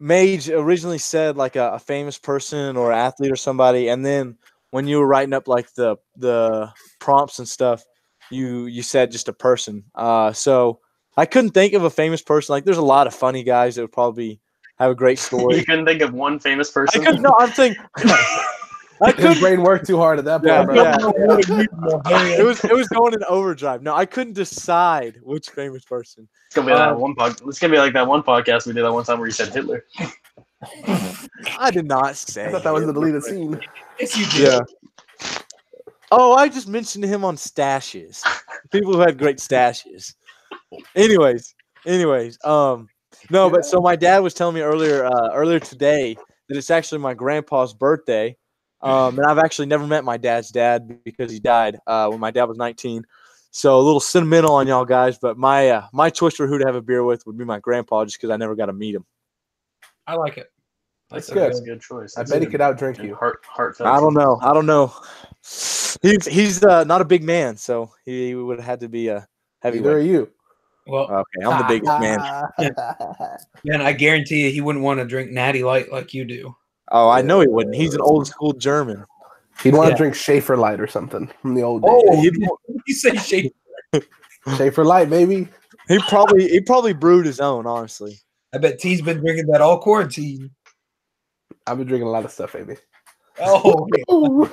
S5: Mage originally said like a, a famous person or athlete or somebody, and then when you were writing up like the the prompts and stuff, you you said just a person. Uh, so I couldn't think of a famous person. Like, there's a lot of funny guys that would probably have a great
S4: You
S5: story.
S4: couldn't think of one famous
S5: I
S4: person.
S5: could no, I'm thinking. I
S3: His
S5: could.
S3: brain worked too hard at that point,
S5: Yeah,
S3: bro.
S5: yeah. It
S2: It
S5: was it was going in overdrive. No, I couldn't decide which famous person.
S4: It's gonna be that
S5: Um,
S4: one pod- It's gonna be like that one podcast we did that one time where you said Hitler.
S5: I did not say.
S3: I thought that was the deleted
S5: Hitler.
S3: scene.
S2: yes, you did.
S3: Yeah.
S5: Oh, I just mentioned him on stashes. People who had great stashes. Anyways, anyways, um, no, but so my dad was telling me earlier, uh, earlier today that it's actually my grandpa's birthday, um, and I've actually never met my dad's dad because he died uh, when my dad was 19. So a little sentimental on y'all guys, but my uh, my choice for who to have a beer with would be my grandpa, just because I never got to meet him.
S2: I like it.
S3: That's
S2: a
S3: good.
S4: That's a good choice.
S3: I
S4: That's
S3: bet he
S4: good.
S3: could outdrink you.
S4: Heart, heartfelt.
S5: I don't know. I don't know. He's he's uh, not a big man, so he would have had to be a heavyweight.
S3: Neither are you.
S2: Well,
S5: Okay, I'm the biggest man.
S2: man, I guarantee you, he wouldn't want to drink Natty Light like you do.
S5: Oh, I know he wouldn't. He's an old school German.
S3: He'd want
S2: Yeah.
S3: to drink Schaefer Light or something from the old days.
S2: Oh, you say shake.
S3: Schaefer Light, baby.
S5: He probably he probably brewed his own, honestly.
S2: I bet T's been drinking that all quarantine.
S3: I've been drinking a lot of stuff, baby.
S2: Oh, man.
S3: Ooh.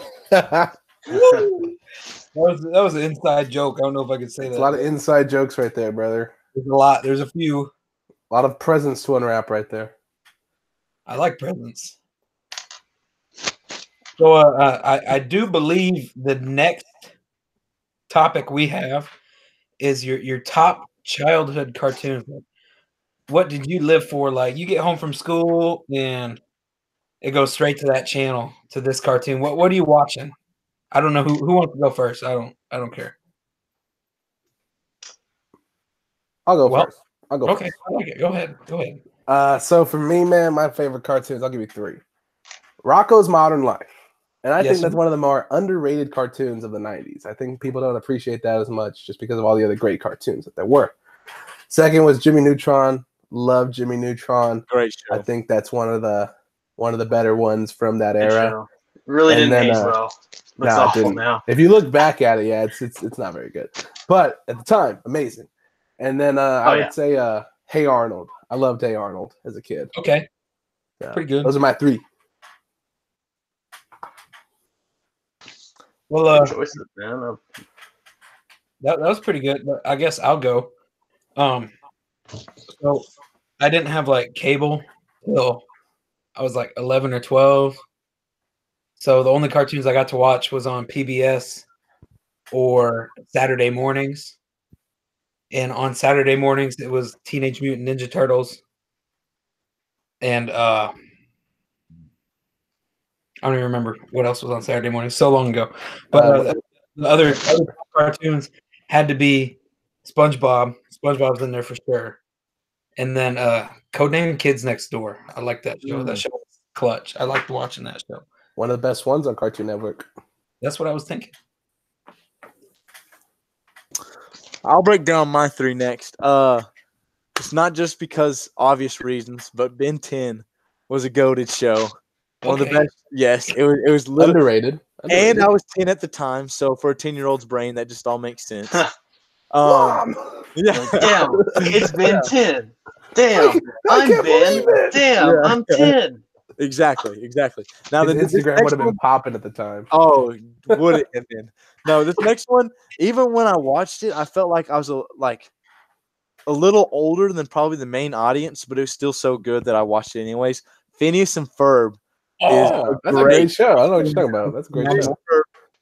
S2: that was
S3: That's
S2: that was an inside joke. I don't know if I could say that.
S3: a lot of inside jokes right there, brother.
S2: There's a lot. There's a few.
S3: A lot of presents to unwrap right there.
S2: I like presents. So uh, I I do believe the next topic we have is your your top childhood cartoons. What did you live for? Like you get home from school and it goes straight to that channel to this cartoon. What what are you watching? I don't know who who wants to go first. I don't I don't care.
S3: I'll go
S2: Well,
S3: first. I'll go
S2: Okay, I like it. Go ahead. Go ahead.
S3: Uh, so for me, man, my favorite cartoons, I'll give you three. Rocco's Modern Life. And I
S2: Yes,
S3: think that's
S2: sir.
S3: one of the more underrated cartoons of the 90s. I think people don't appreciate that as much just because of all the other great cartoons that there were. Second was Jimmy Neutron. Love Jimmy Neutron.
S5: Great
S3: I think that's one of the one of the better ones from that era.
S4: Really
S3: And
S4: didn't
S3: then,
S4: age
S3: uh,
S4: well. Looks
S3: no, it
S4: awful
S3: didn't.
S4: now.
S3: If you look back at it, yeah, it's it's it's not very good. But at the time, amazing. And then uh, I
S4: Oh,
S3: would
S4: yeah.
S3: say uh, Hey Arnold. I loved Hey Arnold as a kid.
S2: Okay.
S3: Yeah.
S2: Pretty good.
S3: Those are my three.
S2: Well, uh,
S4: Choices, man.
S2: that, that was pretty good. but I guess I'll go. Um, so I didn't have like cable till I was like 11 or 12. So the only cartoons I got to watch was on PBS or Saturday mornings. And on Saturday mornings, it was Teenage Mutant Ninja Turtles. And uh, I don't even remember what else was on Saturday morning. So long ago. But
S3: Uh,
S2: uh, the other, other cartoons had to be SpongeBob. SpongeBob's in there for sure. And then uh Codename Kids Next Door. I like that show. That show was clutch. I liked watching that show.
S3: One of the best ones on Cartoon Network.
S2: That's what I was thinking.
S5: I'll break down my three next. Uh, it's not just because obvious reasons, but Ben 10 was a goaded show. One of
S2: Okay.
S5: the best. Yes, it was. It was literally.
S3: Underrated.
S5: And um,
S3: Underrated.
S5: I was ten at the time, so for a ten-year-old's brain, that just all makes sense. um,
S3: Mom,
S5: yeah.
S4: Damn, it's been ten. Damn,
S3: I
S4: I'm
S3: can't
S4: Ben.
S3: believe it.
S4: Damn,
S5: Yeah.
S4: I'm ten.
S5: Exactly, exactly. Now
S3: His
S5: the this
S3: Instagram
S5: next
S3: would have been
S5: one-
S3: popping at the time.
S5: Oh, would it have been? No, this next one. Even when I watched it, I felt like I was a, like a little older than probably the main audience, but it was still so good that I watched it anyways. Phineas and Ferb.
S3: Oh, that's a great show. I don't know what you're talking about. That's a great
S5: Phineas
S3: show.
S5: and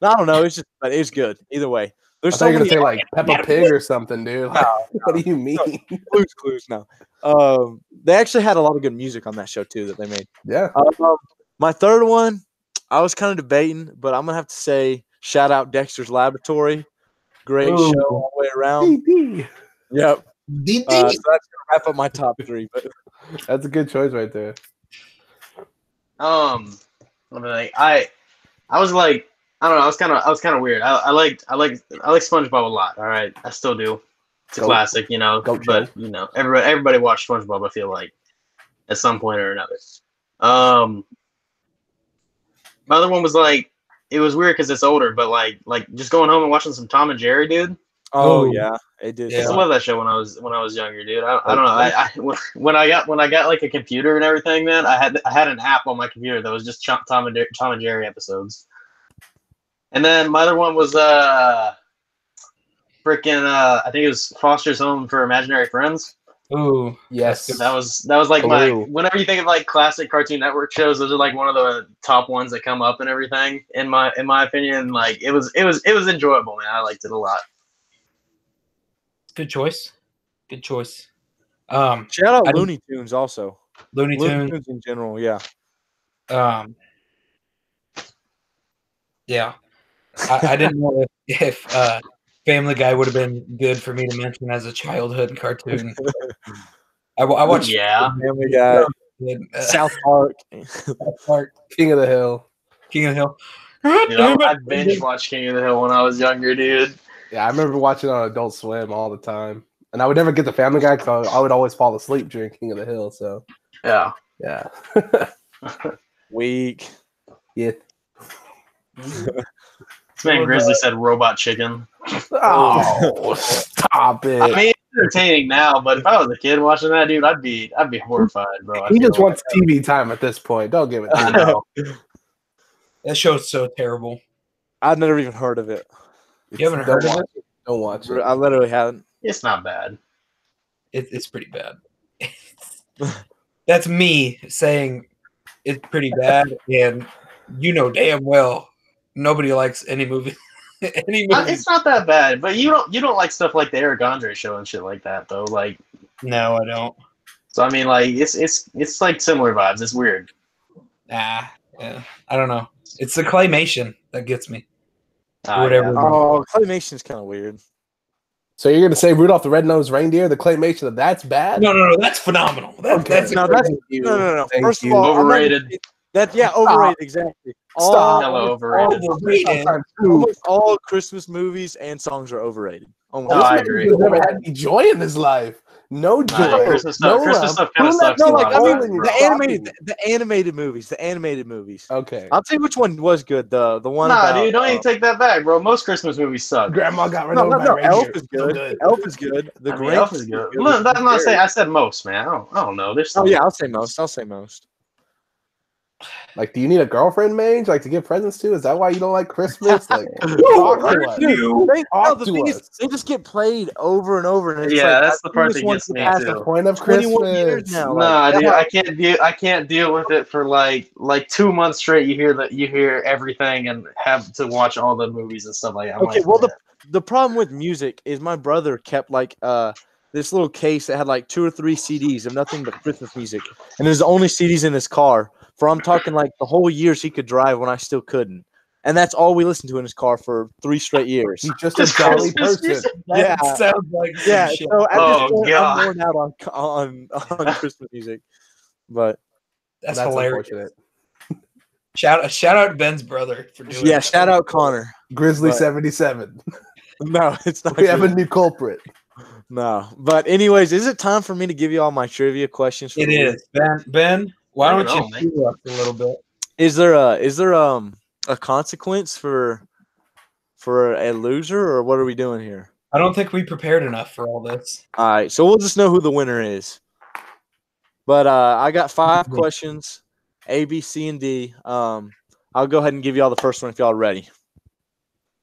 S5: Ferb- I don't know. It's just, but it was good either way.
S3: I
S5: There's so
S3: thought you were
S5: many
S3: gonna say like Peppa Pig or something, dude. Like, what do you mean?
S5: Blue's clues now. Um, they actually had a lot of good music on that show too that they made.
S3: Yeah,
S5: Um, my third one, I was kind of debating, but I'm gonna have to say shout out Dexter's Laboratory. Great
S3: Ooh.
S5: show all the way around.
S3: DD.
S5: Yep.
S2: Ding,
S5: Uh, so
S2: ding.
S5: that's gonna wrap up my top three. But
S3: that's a good choice right there.
S4: Um, I'm like I, I was like, I don't know. I was kind of, I was kind of weird. I, I liked, I like, I like SpongeBob a lot. All right, I still do. It's a
S3: Go-
S4: classic, you know.
S3: go,
S4: but you know, everybody, everybody watched SpongeBob. I feel like, at some point or another. Um, my other one was like, it was weird because it's older, but like, like just going home and watching some Tom and Jerry, dude.
S5: oh
S2: Ooh.
S5: yeah, it did.
S4: I used to
S5: suck.
S4: love that show when I was when I was younger, dude. I, I don't know. I, I when- when I got when I got like a computer and everything, man, I had I had an app on my computer that was just Chom- Tom and Jer- Tom and Jerry episodes. And then my other one was uh, freaking uh, I think it was Foster's Home for Imaginary Friends.
S2: Ooh.
S3: Yes,
S4: That was that was like my
S3: Ooh.
S4: whenever you think of like classic Cartoon Network shows, those are like one of the top ones that come up and everything. In my in my opinion, like it was it was it was enjoyable, man. I liked it a lot.
S2: Good choice. Good choice. Um,
S5: Shout out
S2: I-
S5: Looney Tunes also.
S2: Looney
S5: Looney
S2: Tunes.
S5: Tunes in general, yeah.
S2: Um, yeah, I, I didn't know if, if uh, Family Guy would have been good for me to mention as a childhood cartoon. I, wa- I watched
S4: Yeah,
S5: Family Guy,
S2: uh,
S5: South Park.
S2: Park,
S3: King of the Hill.
S2: uh, King of the Hill.
S4: dude, I, I binge watched King of the Hill when I was younger, dude.
S3: Yeah, I remember watching it on Adult Swim all the time, and I would never get the Family Guy because I would always fall asleep during King of the Hill. So
S4: Yeah.
S3: yeah,
S5: Weak.
S3: yeah.
S4: This man Grizzly said robot chicken.
S3: Oh, stop it!
S4: I mean, it's entertaining now, but if I was a kid watching that, dude, I'd be I'd be horrified, bro. I
S3: he just
S4: feel
S3: wants TV time at this point. Don't give it.
S4: I
S3: To him.
S4: know.
S2: That show's so terrible.
S5: I've never even heard of it.
S2: You haven't
S3: Don't
S2: heard of
S3: watch
S2: it?
S3: Don't watch it.
S5: I literally haven't.
S4: it's not bad.
S2: it it's pretty bad. That's me saying it's pretty bad, and you know damn well nobody likes any movie. any
S4: Uh,
S2: movie?
S4: It's not that bad, but you don't you don't like stuff like the Eric Andre show and shit like that though. Like
S2: No, I don't.
S4: so, I mean, like it's it's it's like similar vibes. It's weird.
S2: Ah, yeah. I don't know. It's the claymation that gets me.
S4: Ah,
S2: Whatever.
S5: Oh, Claymation's kind of weird.
S3: So you're gonna say Rudolph the Red-Nosed Reindeer, the claymation of that's bad?
S2: No, no, no. That's phenomenal. That,
S3: Okay.
S2: That's
S5: No,
S2: no,
S5: that's
S3: Thank you.
S5: no, no, no.
S3: Thank
S5: First
S3: you.
S5: of all, I'm not-
S4: Overrated.
S5: That yeah, overrated exactly. All,
S3: Stop.
S4: Hella
S5: almost
S4: overrated.
S5: all-
S2: overrated.
S3: Sometimes too.
S5: Almost all Christmas movies and songs are overrated. Almost.
S4: No,
S3: This
S4: I
S3: man
S4: agree.
S3: has never had any joy in his life. No joy.
S4: Nah, Christmas stuff-
S3: no
S4: Christmas
S3: love.
S4: stuff kinda
S3: Who let-
S4: sucks
S5: no,
S4: a
S5: like
S4: lot
S5: I
S4: of
S5: mean,
S4: times,
S5: the
S4: bro.
S5: animated, the, the animated movies, the animated movies.
S3: Okay.
S5: I'll tell you which one was good. The the one.
S4: Nah,
S5: about,
S4: dude, don't
S5: uh,
S4: even take that back, bro. Most Christmas movies suck.
S3: Grandma got run
S5: no, no,
S3: over by a
S5: no.
S3: reindeer.
S5: Elf is
S3: So
S5: good. Elf is good. The
S4: I mean,
S5: Grinch
S4: Elf is good. Look, I'm not saying I said most, man. I don't, I don't know. There's
S5: Oh yeah, I'll say most. I'll say most.
S3: Like, do you need a girlfriend, Mange? Like to give presents to? Is that why you don't like Christmas? Like, talk to us.
S5: They, no,
S3: Talk
S5: the
S3: to
S5: thing
S3: us.
S5: is, they just get played over and over, and it's
S4: Yeah,
S5: like,
S4: that's
S5: I've
S4: the part
S5: seen
S4: that
S5: this
S4: gets
S5: one for
S4: me,
S5: the past
S4: too.
S3: Point of
S5: 21 years
S3: Christmas.
S4: Nah,
S5: now. like,
S4: dude,
S5: that-
S4: I can't deal. I can't deal with it for like like two months straight. You hear that you hear everything and have to watch all the movies and stuff like. that. I'm
S5: Okay,
S4: like,
S5: well, the-
S4: "Man."
S5: the problem with music is my brother kept like uh this little case that had like two or three CDs of nothing but Christmas music, and there's the only CDs in his car for I'm talking like the whole years he could drive when I still couldn't, and that's all we listened to in his car for three straight years.
S3: He's just a
S4: Just
S3: jolly
S4: Christmas
S3: person.
S4: music.
S5: Yeah.
S2: That sounds like some
S5: yeah,
S2: shit.
S5: so at
S4: Oh,
S5: this point,
S4: God.
S5: I'm worn out on on, on Christmas music, but
S2: That's, hilarious.
S3: unfortunate.
S2: Shout out, shout out Ben's brother for doing.
S5: yeah,
S2: it.
S5: shout out Connor.
S3: Grizzly
S5: But-
S3: seventy-seven.
S5: No, it's not.
S3: We have
S5: good.
S3: a new culprit.
S5: No, but anyways, is it time for me to give you all my trivia questions? For
S2: It
S5: the week?
S2: is Ben. Ben, Why
S4: I don't
S2: don't you
S4: know,
S2: chew up a little bit?
S5: Is there a is there um a consequence for for a loser or what are we doing here?
S2: I don't think we prepared enough for all this.
S5: All right, so we'll just know who the winner is. But uh, I got five
S2: Mhm.
S5: questions, A, B, C, and D. Um, I'll go ahead and give y'all the first one if y'all are ready.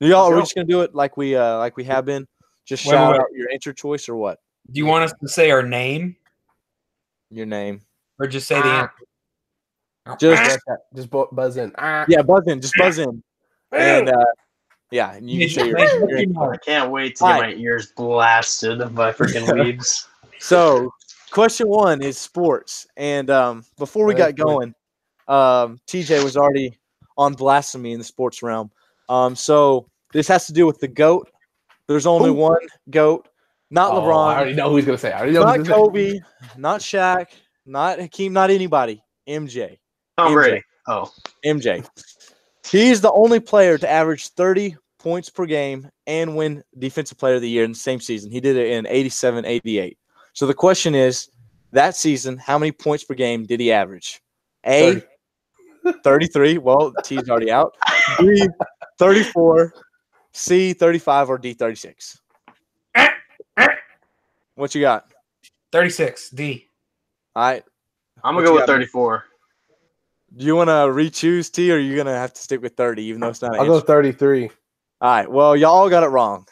S5: Y'all are we
S4: go.
S5: just gonna do it like we uh, like we have been? Just
S2: Wait, wait,
S5: shout
S2: wait.
S5: out your answer choice or what?
S2: Do you want us to say our name
S5: Your name.
S2: or just say the answer?
S5: Just
S3: Just, just bu- buzz in. Ah.
S5: yeah, buzz in. Just buzz in. And uh, yeah, and you can say your,
S2: Make-
S5: your
S2: make you know.
S4: I can't wait to get
S5: Why?
S4: my ears blasted by freaking weeds.
S5: So, question one is sports, and um, before we got
S3: That's
S5: going, um, TJ was already on blasphemy in the sports realm. Um, so this has to do with the goat. There's only
S3: Ooh.
S5: one goat, not
S3: Oh, I
S5: LeBron,
S3: already know who he's gonna say. I already know.
S5: not
S3: who's gonna say.
S5: Kobe, not Shaq, not Hakeem, not anybody. MJ.
S4: Tom
S5: MJ.
S4: Brady. Oh,
S5: MJ. He's the only player to average 30 points per game and win Defensive Player of the Year in the same season. He did it in 87 88. So the question is that season, how many points per game did he average? A, 33. Well, T's already out. B, 34. C, 35. Or D, 36. What you got?
S2: 36 D.
S5: All right.
S4: I'm
S5: What
S4: gonna go
S5: you
S4: with
S5: got, man?
S4: 34.
S5: Do you want to re choose T or are you going to have to stick with 30, even though it's not an
S3: I'll go
S5: answer?
S3: thirty-three.
S5: All right. Well, y'all got it wrong.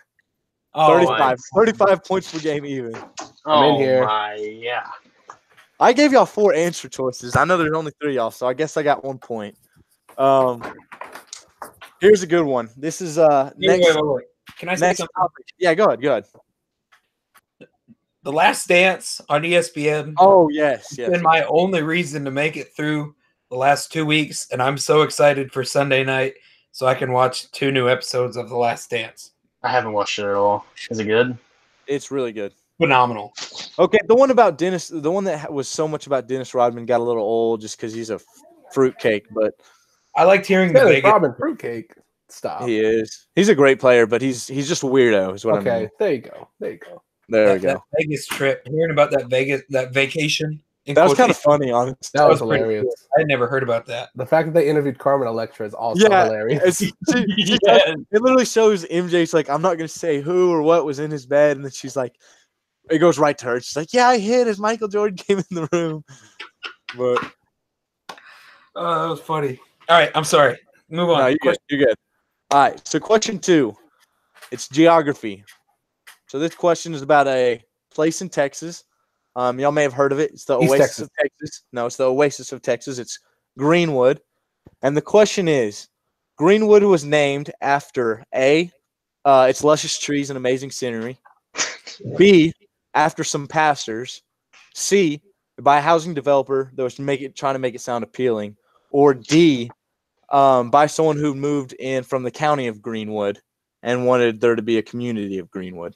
S2: Oh,
S5: 35, 35 points per game even.
S3: I'm
S4: Oh
S3: in here.
S4: my yeah.
S5: I gave y'all four answer choices. I know there's only three y'all, so I guess I got one point. Um, here's a good one. This is uh
S2: wait, wait,
S5: next,
S2: wait, wait. Can I say
S5: next
S2: something?
S5: topic. Yeah, go ahead, go ahead.
S2: The Last Dance on E ESPN
S5: Oh yes,
S2: has
S5: yes.
S2: been my only reason to make it through the last two weeks, and I'm so excited for Sunday night so I can watch two new episodes of The Last Dance.
S4: I haven't watched it at all. Is it good?
S5: It's really good.
S2: Phenomenal.
S5: Okay, the one about Dennis, the one that ha- was so much about Dennis Rodman got a little old just because he's a fruitcake, but
S2: I liked hearing the
S3: Dennis
S2: Vegas.
S3: Robin fruitcake. Stop.
S5: he is. He's a great player, but he's he's just a weirdo, is what I
S3: Okay,
S5: mean.
S3: there you go. There you go.
S5: There we
S2: that,
S5: go.
S2: that Vegas trip, hearing about that Vegas that vacation. in
S5: That was kind of
S2: quotation-
S5: funny, honestly.
S3: That was
S2: was pretty
S3: hilarious.
S2: I had never heard about that.
S3: The fact that they interviewed Carmen Electra is also
S5: Yeah.
S3: hilarious.
S5: It's- she- she does It literally shows MJ's like, I'm not gonna say who or what was in his bed, and then she's like, it goes right to her. She's like, Yeah, I hid as Michael Jordan came in the room. But
S2: Oh, that was funny. All right, I'm sorry. Move on.
S5: no, you're good. You're good. All right. So question two, it's geography. So this question is about a place in Texas. Um, y'all may have heard of it. It's the
S3: East
S5: Oasis
S3: Texas.
S5: of Texas. No, it's the Oasis of Texas. It's Greenwood. And the question is, Greenwood was named after a, uh, its luscious trees and amazing scenery. B, after some pastors. C, by a housing developer that was make it, trying to make it sound appealing. Or D, um, by someone who moved in from the county of Greenwood and wanted there to be a community of Greenwood.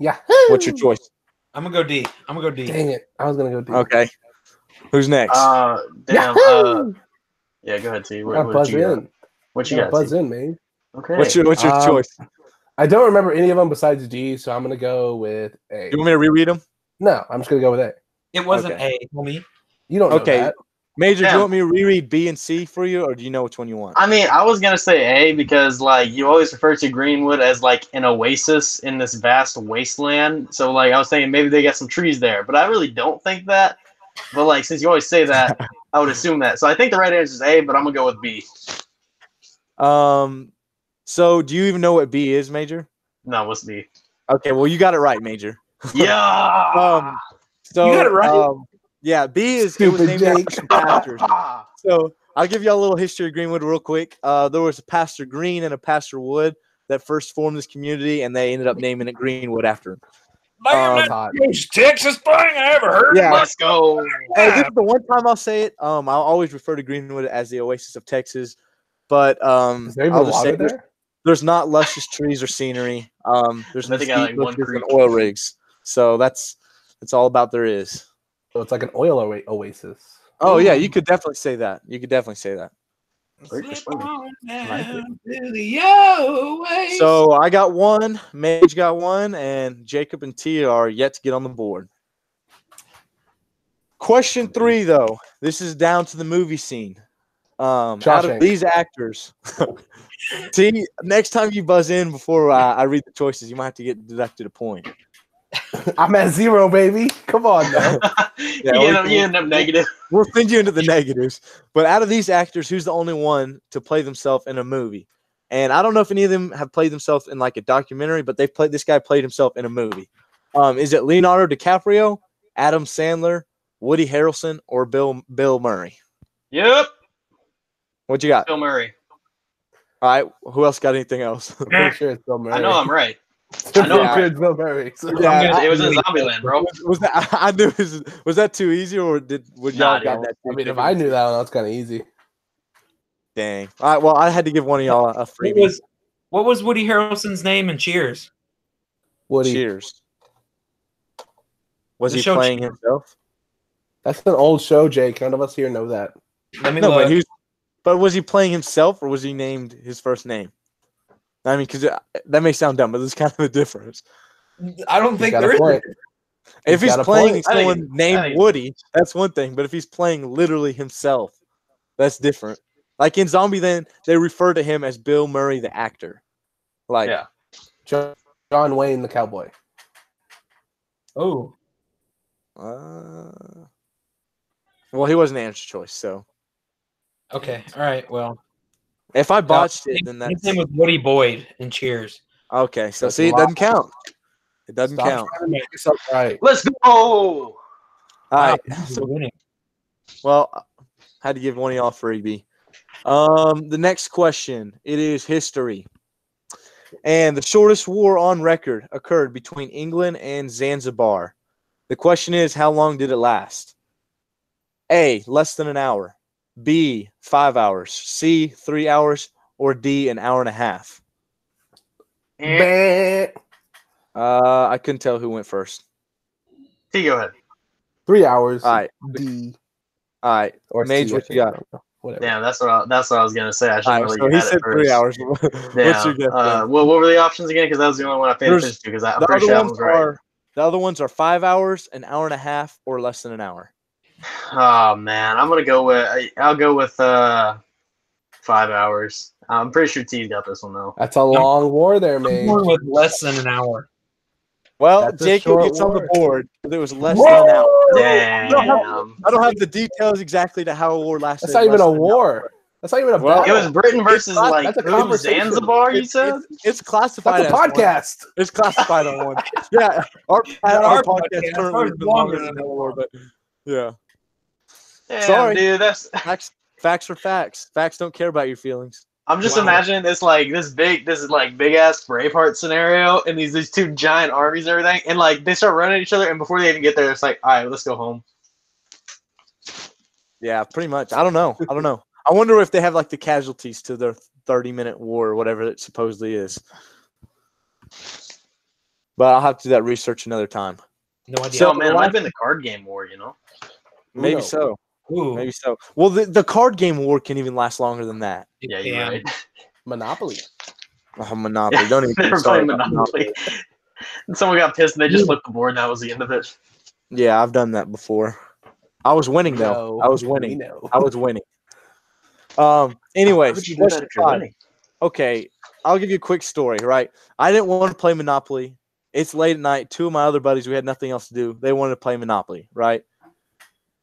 S3: yeah.
S5: What's your choice?
S2: I'm gonna go D. I'm gonna go D.
S3: Dang it! I was gonna go do.
S5: Okay. Who's next?
S4: Uh, damn. Uh,
S3: Yahoo!
S4: yeah, go ahead, T.
S3: I
S4: What, what
S3: buzz
S4: you got?
S3: in.
S4: What you
S3: I
S4: got?
S3: buzz
S4: T?
S3: in, man.
S4: Okay.
S5: what's your what's your
S3: um,
S5: choice?
S3: I don't remember any of them besides D, so I'm gonna go with A.
S5: You want me to reread them?
S3: No, I'm just gonna go with A.
S2: It wasn't A, homie.
S3: You don't know
S5: Okay.
S3: that.
S5: Major, do
S4: Yeah.
S5: you want me to reread B and C for you, or do you know which one you want?
S4: I mean, I was gonna say A because like you always refer to Greenwood as like an oasis in this vast wasteland. So like I was thinking maybe they got some trees there, but I really don't think that. But like since you always say that, I would assume that. So I think the right answer is A, but I'm gonna go with B.
S5: Um, so do you even know what B is, Major?
S4: No, what's B?
S5: Okay, well you got it right, Major.
S4: Yeah.
S5: Um, So
S2: You got it right.
S5: um, yeah, B is it was
S3: Stupid
S5: named after
S3: Jake.
S5: some pastors.
S4: Ah.
S5: so I'll give y'all a little history of Greenwood real quick. Uh, there was a Pastor Green and a Pastor Wood that first formed this community, and they ended up naming it Greenwood after him. Um,
S3: That's hot.
S2: most Texas thing I ever heard.
S5: Yeah.
S4: Let's go.
S5: Hey, this is the one time I'll say it. Um, I'll always refer to Greenwood as the oasis of Texas, but um,
S3: Is there even
S5: I'll just say
S3: water
S5: there's,
S3: there?
S5: there's not luscious trees or scenery. Um, there's
S4: I
S5: no
S4: think I
S5: steep
S4: like one
S5: bushes and
S4: creek.
S5: oil rigs. So that's that's all about there is.
S3: So it's like an oil oa- oasis.
S5: Oh yeah, you could definitely say that. You could definitely say that.
S2: Slip on down to the Oasis.
S5: So I got one, Mage got one, and Jacob and T are yet to get on the board. Question three, though. This is down to the movie scene. Um, out
S3: Shawshank.
S5: of these actors, see, next time you buzz in before I, I read the choices, you might have to get deducted a point.
S3: I'm at zero, baby. Come on, now.
S4: you,
S5: we
S4: end up,
S5: can-
S4: you end up negative.
S5: We'll send you into the negatives. But out of these actors, who's the only one to play themselves in a movie? And I don't know if any of them have played themselves in like a documentary, but they've played this guy played himself in a movie. Um, is it Leonardo DiCaprio, Adam Sandler, Woody Harrelson, or Bill Bill Murray?
S4: Yep.
S5: What you got?
S4: Bill Murray.
S5: All right. Who else got anything else?
S3: I'm pretty sure it's Bill Murray.
S4: I know I'm right.
S3: I'm
S4: know
S3: pretty
S4: I'm
S3: sure it's Bill Murray.
S5: Yeah,
S4: I'm gonna-
S5: I-
S4: it was in Zombieland, bro.
S5: was, was that I, knew it was, was that too easy or did would
S4: Nah,
S5: y'all got
S4: dude.
S5: that?
S3: I
S5: too
S3: mean, if
S5: big
S3: I
S5: of a-
S3: knew that, one, that's kind of easy.
S5: dang. All right. Well, I had to give one of y'all a
S2: What
S5: freebie.
S2: was, what was Woody Harrelson's name in Cheers?
S3: Woody,
S5: Cheers. Was
S2: The
S5: he
S2: show
S5: playing himself?
S3: that's an old show, Jake. None of us here know that.
S2: Let me
S5: No,
S2: look.
S5: but he was. But was he playing himself, or was he named his first name? I mean, because that may sound dumb, but there's kind of a difference.
S2: I don't think
S3: got a
S2: there is.
S3: point. He's
S5: If he's
S3: got a
S5: playing
S3: point.
S4: I think-
S5: someone
S4: I
S5: named
S4: think-
S5: Woody, that's one thing. But if he's playing literally himself, that's different. Like in Zombieland, they refer to him as Bill Murray, the actor. Like,
S4: Yeah.
S3: Jo- John Wayne, the cowboy.
S2: Oh,
S5: uh, well, he wasn't the answer choice. So
S2: okay. All right. Well,
S5: if I botched it,
S2: his-
S5: then
S2: his
S5: that's
S2: name was Woody Boyd in Cheers.
S5: okay. So
S3: That's
S5: see, it
S3: a
S5: doesn't
S3: lot.
S5: count. It doesn't
S3: Stop
S5: count.
S3: trying to make this up right.
S4: Let's go.
S5: All
S2: Wow,
S5: right.
S2: this is
S5: So
S2: winning.
S5: Well, I had to give one of y'all a freebie. Um, the next question it is history, and the shortest war on record occurred between England and Zanzibar. The question is, how long did it last? A. Less than an hour. B. Five hours. C. Three hours. Or D. An hour and a half.
S4: Eh,
S3: Bah.
S5: Uh, I couldn't tell who went first.
S4: T, go ahead.
S3: Three hours.
S5: All right,
S3: D
S5: all right.
S3: or
S5: Mage,
S3: C,
S5: what
S3: I
S5: you
S3: think. I don't know. Whatever.
S4: Damn, that's what I, that's what I was gonna say. I should
S5: All
S4: have really
S5: right so he
S4: had it
S5: said
S4: first.
S5: three hours. What's
S4: Yeah.
S5: your guess? Ben?
S4: Uh, well, what were the options again? Because that was the only one I paid
S5: There's-
S4: attention to. Because I'm
S5: the
S4: pretty
S5: other
S4: sure I
S5: ones
S4: was right.
S5: are the other ones are five hours, an hour and a half, or less than an hour.
S4: Oh man, I'm gonna go with I- I'll go with uh five hours. I'm pretty sure T's got this one though.
S3: That's a long war there,
S2: I'm
S3: Mage.
S2: going with less than an hour.
S5: Well,
S3: That's a
S5: Jacob
S3: short
S5: gets on the
S3: war.
S5: board. but There was less than an hour.
S3: Oh,
S4: Damn.
S5: don't have- I don't have the details exactly to how a war lasted.
S3: That's not even
S5: less
S3: a
S5: than an
S3: war. That's not even a
S5: Well,
S3: battle.
S4: It was Britain versus
S5: not-
S4: like
S3: that's a
S4: who,
S3: conversation.
S4: Zanzibar. You
S5: It's-
S4: said
S5: it's, it's classified.
S3: That's a
S5: as one.
S3: podcast.
S5: It's classified on one. Yeah, our,
S2: Not
S5: our
S2: our
S5: podcast
S2: podcast,
S5: currently
S2: ours
S5: is
S2: is
S5: been
S2: longer
S5: longer
S2: than
S5: than
S2: an
S5: a war, but yeah,
S4: Damn,
S5: Sorry.
S4: dude. That's
S5: facts, facts are facts. Facts don't care about your feelings.
S4: I'm just
S2: Wow.
S4: imagining this like this big this is like big ass Braveheart scenario and these these two giant armies and everything and like they start running at each other and before they even get there it's like all right let's go home.
S5: Yeah, pretty much. I don't know. I don't know. I wonder if they have like the casualties to their 30 minute war or whatever it supposedly is. But I'll have to do that research another time.
S2: No idea.
S5: So-
S4: oh man, it
S5: why-
S4: might have been the card game war, you know.
S5: Maybe
S3: Uno.
S5: so.
S2: Ooh,
S5: Maybe so. Well, the, the card game war can even last longer than that.
S4: Yeah, you're
S2: damn.
S4: right.
S3: Monopoly.
S5: Oh, Monopoly. Don't even
S4: they
S5: get
S4: were
S5: me
S4: playing
S5: started about
S4: Monopoly. And someone got pissed and they just flipped the board and that was the end of it.
S5: Yeah, I've done that before. I was winning though.
S3: No,
S5: I was
S3: we
S5: winning.
S3: know.
S5: I was winning. Um. Anyways, question five. okay, I'll give you a quick story, right? I didn't want to play Monopoly. It's late at night. Two of my other buddies, we had nothing else to do. They wanted to play Monopoly, right?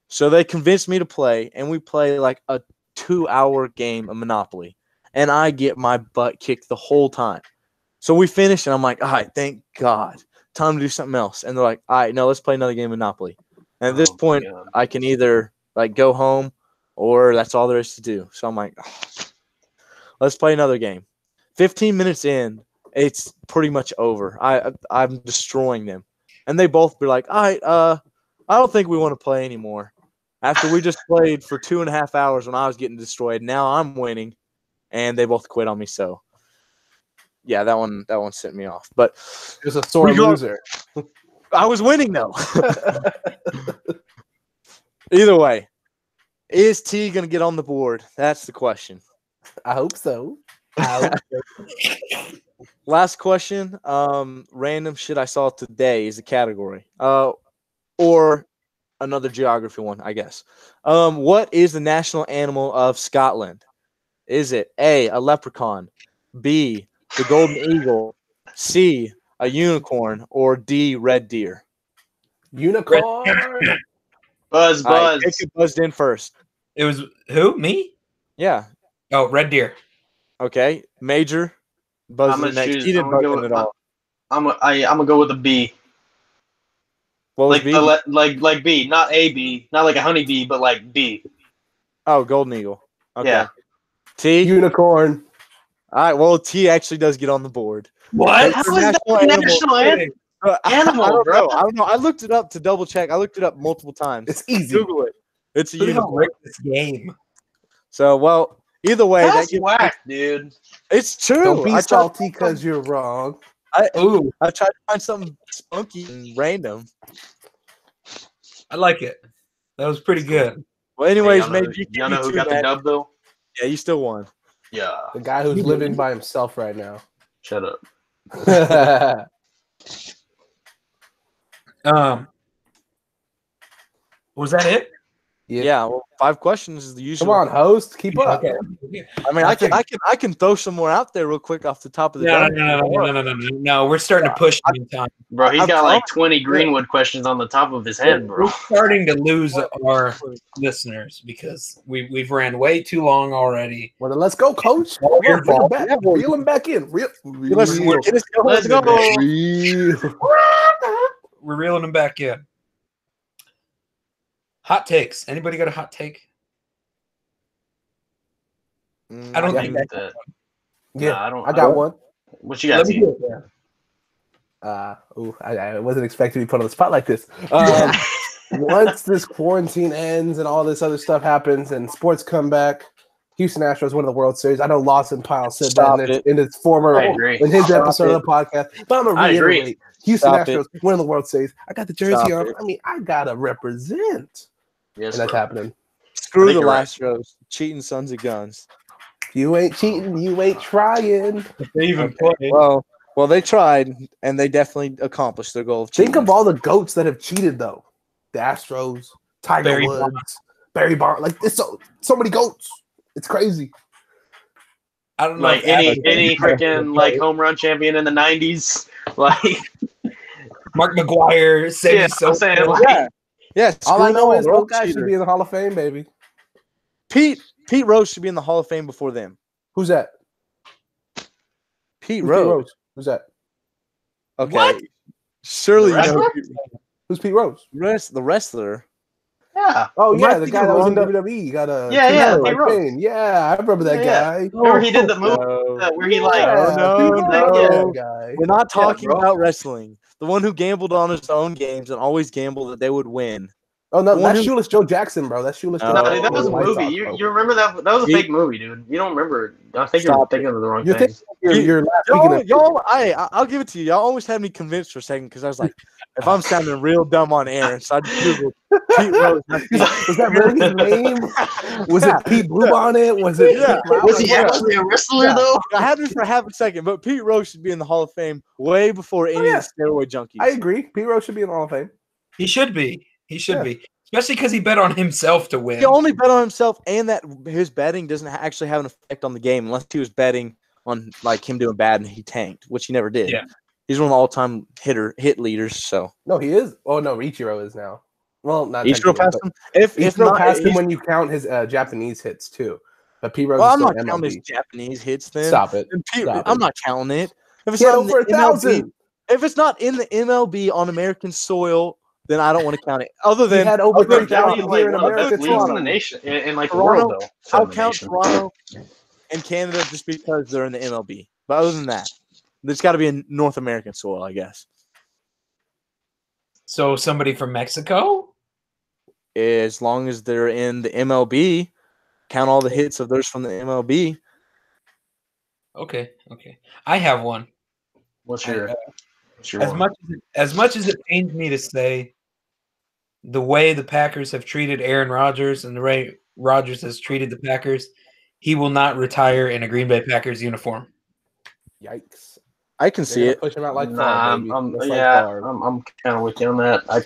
S5: So they convinced me to play, and we play like a two hour game of Monopoly. And I get my butt kicked the whole time. So we finish, and I'm like, all right, thank God. Time to do something else. And they're like, all right, no, let's play another game of Monopoly. And at this
S4: Oh,
S5: point,
S4: God.
S5: Um, I can either like go home or that's all there is to do. So I'm like, let's play another game. 15 minutes in, it's pretty much over. I I- I'm destroying them. And they both be like, all right, uh, I don't think we want to play anymore. After we just played for two and a half hours when I was getting destroyed, now I'm winning, and they both quit on me. So, yeah, that one that one sent me off. But
S3: It was a sore
S5: We go-
S3: loser.
S5: I was winning though. Either way, is T gonna get on the board? That's the question.
S3: I hope so.
S5: Last question. Um, random shit I saw today is the category. Uh, or another geography one, I guess. Um, what is the national animal of Scotland? Is it A, a leprechaun, B, the golden eagle, C, a unicorn, or D, red deer?
S3: Unicorn.
S4: Buzz,
S5: All right,
S4: buzz.
S5: Jacob buzzed in first.
S2: It was who? Me?
S5: Yeah.
S2: Oh, Red Deer.
S5: Okay. Major buzzed
S4: I'm
S5: in
S4: gonna
S5: next.
S4: choose-
S5: He didn't
S4: I'm gonna
S5: buzz
S4: go
S5: in
S4: with
S5: at all.
S4: I'm a, I, I'm gonna go with a B.
S5: What was
S4: Like
S5: B?
S4: the le- like like B, not a B, not like a honeybee, but like B.
S5: oh, golden eagle. Okay.
S4: Yeah.
S5: T.
S3: Unicorn.
S5: all right. Well, T actually does get on the board.
S2: What?
S5: How is that a national
S4: anthem?
S5: Uh,
S4: Animal,
S5: I, don't
S4: bro.
S5: know. I don't know. I looked it up to double check. I looked it up multiple times.
S3: It's easy.
S5: Google it. It's a
S2: Who the hell
S5: unicorn.
S2: rigged this game?
S5: So well, either way, that
S4: That's
S5: gives-
S4: whack, dude.
S5: it's true.
S3: Don't be
S5: I, tried,
S3: salty because you're wrong.
S2: Ooh,
S5: I tried to find something spunky and random.
S2: I like it. That was pretty good.
S5: Well, anyways,
S4: y'all know,
S5: maybe
S4: y'all know who got the dub though?
S5: yeah, you still won.
S4: Yeah.
S3: The guy who's living by himself right now.
S4: Shut up.
S2: Um, was that it?
S5: Yeah.
S3: Yeah.
S5: well, five questions is the usual.
S3: Come on, host. Keep up.
S2: Okay.
S5: I mean, I can, I can, I can throw some more out there real quick off the top of the.
S2: No,
S5: dome.
S2: no, no, no, no, no, no, no, no. We're starting to push him in time.
S4: Bro, he's
S5: I'm
S4: got like 20 Greenwood questions on the top of his head,
S2: We're
S4: bro.
S2: starting to lose our listeners because we we've ran way too long already.
S3: Well, then let's go, coach.
S2: Oh,
S3: Come on,
S2: your
S3: bring
S2: ball.
S3: him back. Reel him back in. Reel. reel.
S5: Let's, get us going.
S4: Let's go.
S3: Reel.
S2: We're reeling them back in. Hot takes. Anybody got a hot take?
S5: Mm,
S2: I don't
S4: I
S2: think
S4: think
S2: that-
S4: that-
S3: Yeah,
S4: nah, I don't.
S3: I got one.
S4: What you got? T?
S2: it. yeah.
S3: Uh, ooh, I, I wasn't expecting to be put on the spot like this. Um, once this quarantine ends and all this other stuff happens and sports come back, Houston Astros win the World Series. I know Lawson Pyle said
S5: Stop
S3: that in his,
S5: it.
S3: in his former
S4: I agree.
S3: in his
S5: Stop
S3: episode of the podcast, but I'm gonna
S4: I agree.
S3: reiterate: Houston
S5: Stop
S3: Astros win the World Series. I got the jersey
S5: Stop
S3: on.
S5: it.
S3: I mean, I gotta represent,
S4: Yes,
S3: and that's
S4: bro.
S3: happening.
S4: I
S5: Screw
S4: think
S5: the
S4: you're right.
S5: last rows. Cheating sons of guns.
S3: You ain't cheating. You ain't trying.
S2: If they even played.
S5: Well, well, they tried and they definitely accomplished their goal of cheating.
S3: Think of all the goats that have cheated though: the Astros, Tiger
S2: Barry
S3: Woods,
S2: Bonds.
S3: Barry Bonds. Like it's so so many goats. It's crazy.
S2: I don't know.
S4: Like
S2: if
S4: any
S2: Adam-
S4: any freaking like home run champion in the 90s. Like
S2: Mark McGuire, Sammy
S4: Yeah, I'm
S2: Sosa.
S4: saying, like-
S5: yeah. Yeah,
S3: All I
S5: screw
S3: know
S5: them.
S3: is
S5: They're all
S3: those guys should
S5: cheaters.
S3: be in the Hall of Fame, baby.
S5: Pete Pete Rose should be in the Hall of Fame before them.
S3: Who's that?
S5: Pete
S3: Who's Pete
S5: Rose.
S3: Rose? Who's that?
S5: Okay.
S2: What?
S5: Surely you know
S4: Wrestler?
S5: Pete-
S3: Who's Pete Rose?
S5: rest the wrestler.
S4: yeah.
S3: Oh
S5: Am I
S3: yeah, the
S5: thinking
S3: guy that was in
S5: Ronda?
S3: WWE. Got a
S4: Yeah, yeah,
S3: Pete
S4: Pete Rose.
S3: Yeah, I remember that
S4: Yeah.
S3: guy.
S4: Remember he did the move
S5: Oh, No. Oh,
S4: uh, where he like
S3: yeah,
S5: no,
S3: Pete
S4: no.
S3: Rose, that guy.
S5: We're not talking
S4: bro.
S5: about wrestling. The one who gambled on his own games and always gambled that they would win.
S3: Oh no,
S5: The one
S3: that's
S5: who-
S3: Shoeless Joe Jackson, bro. That's Shoeless.
S5: No,
S3: Joe
S4: No, dude, that
S3: Jackson.
S4: was a
S3: White
S4: movie.
S3: Sox,
S4: You,
S3: bro.
S4: you remember that? That was a
S5: You-
S4: fake movie, dude. You don't remember. I think you're
S5: Stop
S4: thinking of the wrong
S3: You're
S4: thing.
S3: thinking you're,
S5: You-
S3: you're not thinking
S5: Y'all,
S3: of
S5: y'all, I, I- I'll give it to you. Y'all always had me convinced for a second because I was like, if I'm sounding real dumb on air, so I googled Pete Rose. and I
S3: He's
S5: think,
S3: like, was that really his name? Was it Pete Bluebonnet? Was it?
S5: Yeah.
S3: Pete Rose?
S4: Was he
S3: Like, what?
S4: actually a wrestler
S5: Yeah.
S4: though?
S5: I had me for half a second, but Pete Rose should be in the Hall of Fame way before any
S3: Oh, yeah.
S5: of the steroid junkies.
S3: I agree. Pete Rose should be in the Hall of Fame.
S2: He should be. He should
S3: Yeah.
S2: be. Especially because he bet on himself to win.
S5: he only bet on himself, and that his betting doesn't ha- actually have an effect on the game unless he was betting on like him doing bad and he tanked, which he never did.
S2: Yeah.
S5: He's one of the all-time hitter hit leaders. So
S3: No, he is. Oh no, Ichiro is now. Well, not
S5: he
S3: technically,
S5: still passed
S3: but-
S5: him. If
S3: He's
S5: if
S3: still
S5: not,
S3: past him
S5: he's-
S3: when you count his uh, Japanese hits too. But P Rose
S5: well,
S3: is
S5: I'm
S3: still
S5: not counting his
S3: MLB.
S5: Japanese hits. Then
S3: Stop it.
S5: Then Pete,
S3: Stop
S5: I'm
S3: it.
S5: not counting it. If it's
S3: Get
S5: not in
S3: over a
S5: the MLB
S3: thousand.
S5: if it's not in the MLB on American soil, then I don't want to count it. Other
S3: He
S5: than
S3: had over
S5: other
S3: three
S5: than
S3: thousand
S5: Johnny
S3: here in
S5: Blake, other
S3: America.
S5: than
S4: leagues in the
S3: Toronto.
S4: nation, in, in, like the
S5: Toronto.
S4: world though.
S5: I'll
S4: Said the
S5: count
S4: nation.
S5: Toronto and Canada just because they're in the MLB. But other than that, there's got to be a North American soil, I guess.
S2: So somebody from Mexico?
S5: As long as they're in the MLB, count all the hits of theirs from the MLB.
S2: Okay. Okay. I have one. Uh,
S4: What's your, what's your
S2: As
S4: one?
S2: much as it, as much as it pains me to say, the way the Packers have treated Aaron Rodgers and the way Rodgers has treated the Packers, he will not retire in a Green Bay Packers uniform.
S3: Yikes!
S5: I can see
S3: They're gonna
S5: it.
S3: push him out like
S4: nah,
S3: far,
S4: I'm,
S3: baby.
S4: I'm-
S3: Just like
S4: yeah,
S3: far.
S4: I'm, I'm kind of with you on that. I,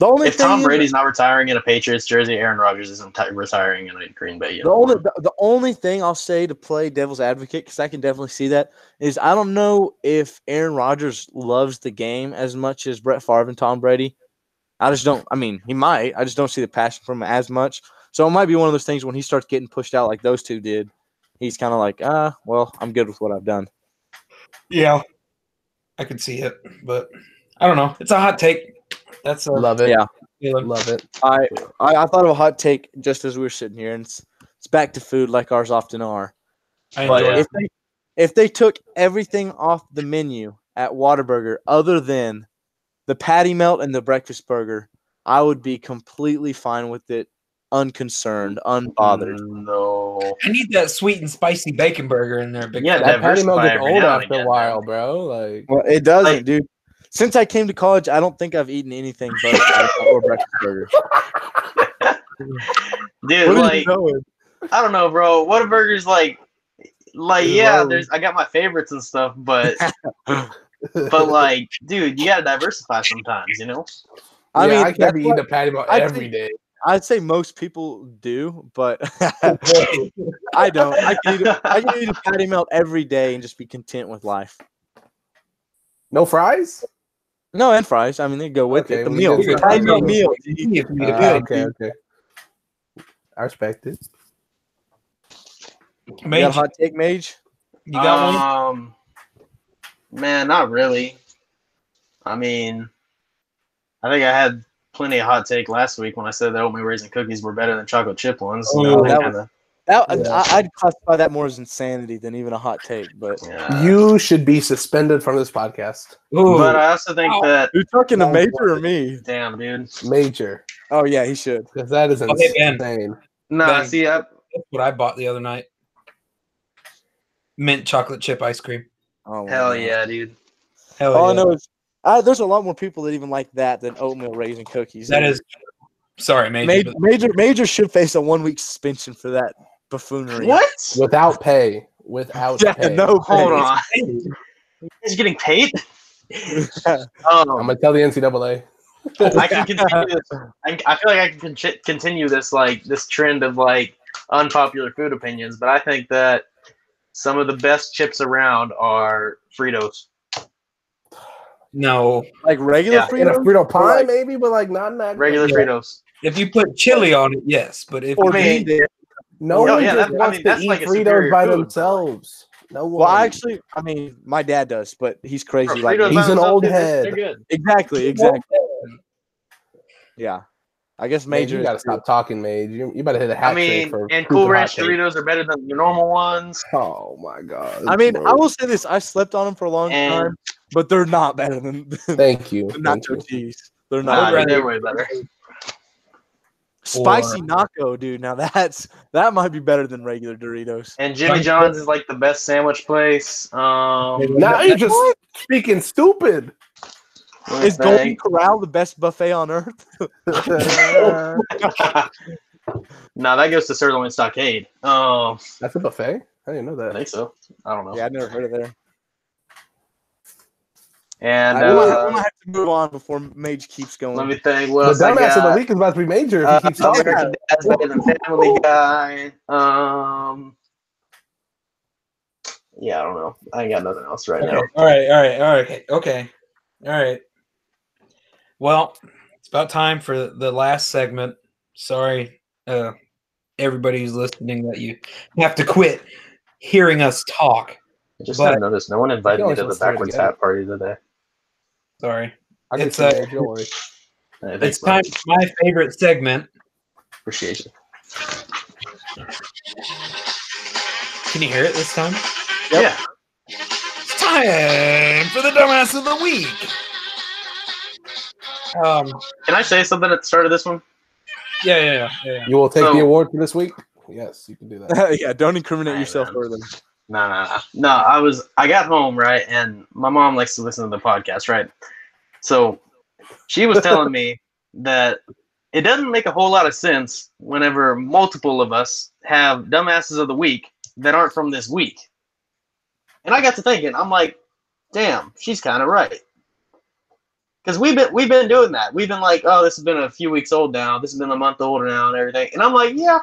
S5: The only
S4: If
S5: thing
S4: Tom
S5: is-
S4: Brady's not retiring in a Patriots jersey, Aaron Rodgers isn't ti- retiring in a Green Bay.
S5: The only
S4: uniform.
S5: the, the only thing I'll say to play devil's advocate because I can definitely see that is I don't know if Aaron Rodgers loves the game as much as Brett Favre and Tom Brady. I just don't. I mean, he might. I just don't see the passion from him as much. So it might be one of those things when he starts getting pushed out like those two did. He's kind of like, ah, well, I'm good with what I've done.
S2: Yeah, I could see it, but I don't know. It's a hot take. That's a
S3: Love it.
S5: Yeah.
S2: feeling.
S3: Love it.
S5: I, I I thought of a hot take just as we were sitting here, and it's it's back to food like ours often are.
S2: I
S5: But
S2: enjoy it.
S5: if they if they took everything off the menu at Whataburger other than the patty melt and the breakfast burger, I would be completely fine with it, unconcerned, unbothered.
S4: No.
S2: I need that sweet and spicy bacon burger in there. Big
S4: Yeah,
S2: fella.
S3: That patty melt gets
S4: diversify every
S3: old
S4: now and
S3: after a
S4: again,
S3: while, bro. Like
S5: Well, it doesn't,
S4: Like-
S5: dude. Since I came to college, I don't think I've eaten anything but patty melt or breakfast burger.
S4: Dude,
S3: Where did you
S4: like
S3: go with-
S4: I don't know, bro. Whataburger's like like
S3: It's
S4: yeah,
S3: low.
S4: there's I got my favorites and stuff, but but like, dude, you gotta diversify sometimes, you know?
S5: I
S3: Yeah,
S5: mean,
S3: I
S5: that's
S3: can't be
S5: what-
S3: eating a patty melt
S5: I
S3: every
S5: think-
S3: day.
S5: I'd say most people do, but I don't. I can, eat, a- I can eat a patty melt every day and just be content with life.
S3: No fries?
S5: No, and fries. I mean, they go with
S3: Okay,
S5: it. The
S3: well,
S5: meal.
S3: you
S2: did-
S5: I know meal.
S2: Easy for me to
S3: Ah,
S2: cook.
S3: okay, okay. I respect it.
S5: You got a
S2: Mage,
S5: hot take, Mage?
S2: you got one?
S4: Um, man, not really. I mean, I think I had plenty of hot take last week when I said that oatmeal raisin cookies were better than chocolate chip ones. You know,
S2: Oh,
S4: I
S5: that
S4: kinda-
S5: That, I-
S3: Yeah.
S5: I, I'd classify that more as insanity than even a hot take. But
S4: yeah.
S3: you should be suspended from this podcast.
S2: Ooh,
S4: but I also think
S2: Ow.
S4: that
S5: you're talking
S3: to
S5: to
S3: No,
S5: Major
S3: Major
S5: or me?
S4: damn, dude.
S3: Major.
S5: Oh yeah, he should.
S3: Because that is insane.
S2: Okay, Ben.
S4: Nah,
S2: Bang.
S4: see, I,
S2: that's what I bought the other night. Mint chocolate chip ice cream.
S5: Oh, my
S4: hell
S5: God.
S4: yeah, dude.
S2: Hell
S5: All I
S2: yeah.
S5: know is uh, there's a lot more people that even like that than oatmeal raisin cookies.
S2: That is sorry, Major.
S5: Major.
S2: but
S5: Major Major should face a one week suspension for that buffoonery.
S4: What?
S3: Without pay. Without
S5: Yeah,
S3: pay.
S5: no.
S4: Hold
S5: pay.
S4: on, he's getting paid.
S3: I'm
S4: Um,
S3: gonna tell the NCAA.
S4: I can continue this. I, I feel like I can con- continue this like this trend of like unpopular food opinions, but I think that some of the best chips around are Fritos.
S2: no.
S5: Like regular
S4: Yeah.
S3: In a
S5: Fritos
S3: Frito pie,
S5: like-
S3: maybe, but like not in that.
S4: Regular
S2: Yeah.
S4: Fritos.
S2: If you put chili on it, yes. But if
S5: or
S4: I mean-
S5: bean dip.
S3: No one
S4: No, Oh, yeah,
S3: just
S4: that- I
S3: wants
S4: mean,
S3: to
S4: that's
S3: eat
S4: like a superior
S3: Fritos by
S4: food.
S3: themselves. No one.
S5: Well, I actually, I mean, my dad does, but he's crazy.
S4: Fritos
S5: Like
S4: by
S5: me.
S3: He's an
S4: themselves,
S3: old
S4: dude, they're-
S3: head.
S4: They're good.
S5: exactly, exactly. Yeah, I guess
S3: Man,
S5: Major.
S3: you gotta stop talking, Mage. You, you better hit a hat
S4: I
S3: trick
S4: mean,
S3: for proving
S4: and Cool
S3: hot
S4: Ranch
S3: take.
S4: Doritos are better than the normal ones.
S3: Oh my god.
S5: I mean,
S3: bro.
S5: I will say this: I slept on them for a long
S4: And-
S5: time, but they're not better than, than
S3: Thank you. Thank you.
S5: nacho cheese. They're
S4: Nah,
S5: not
S4: dude,
S5: better.
S4: they're way better.
S5: spicy nacho, dude. Now that's that might be better than regular Doritos.
S4: And Jimmy John's is like the best sandwich place. Um,
S3: Now you're just speaking stupid.
S4: let me
S5: Is Golden
S4: think.
S5: Corral the best buffet on earth?
S3: That's
S4: nah, that goes to Sirloin Stockade. Um,
S3: a buffet. I didn't know
S4: I
S3: that.
S4: think so. I don't know.
S5: Yeah, I've never heard of there.
S4: And
S5: I, we might- we
S4: uh,
S5: might have to move on before Mage keeps going.
S4: let me think. What
S3: The
S4: else I
S3: dumbass of the
S4: got?
S3: week is about to be major if
S4: Uh,
S3: he keeps talking.
S4: American Dad's better than Family Guy. Um, yeah, I don't know. I ain't got nothing else right
S2: Okay.
S4: now.
S2: All right. All right. All right. Okay. All right. Well, it's about time for the last segment. Sorry, uh, everybody who's listening, that you have to quit hearing us talk.
S4: I just
S2: But-
S4: not noticed no one invited me
S3: always
S4: to the
S3: wants to do it
S4: backwards
S3: again.
S4: hat party today.
S2: Sorry.
S3: I can
S2: It's,
S3: see
S2: uh,
S3: Mage, don't worry.
S4: Hey,
S2: It's
S4: thanks, bud.
S2: time for my favorite segment.
S4: Appreciate it.
S2: Can you hear it this time?
S5: Yep.
S4: Yeah.
S2: It's time for the dumbass of the week. Um.
S4: Can I say something at the start of this one?
S2: Yeah. Yeah. Yeah. yeah, yeah.
S3: You will take
S4: So-
S3: the award for this week? Yes, you can do that.
S5: yeah, don't incriminate
S4: Hey,
S5: yourself
S4: man.
S5: further.
S4: No, no, no. No, I was I got home, right? And my mom likes to listen to the podcast, right? So she was telling me that it doesn't make a whole lot of sense whenever multiple of us have dumbasses of the week that aren't from this week. And I got to thinking, I'm like, damn, she's kind of right. Because we've been we've been doing that. We've been like, oh, this has been a few weeks old now. This has been a month old now, and everything. And I'm like, yeah,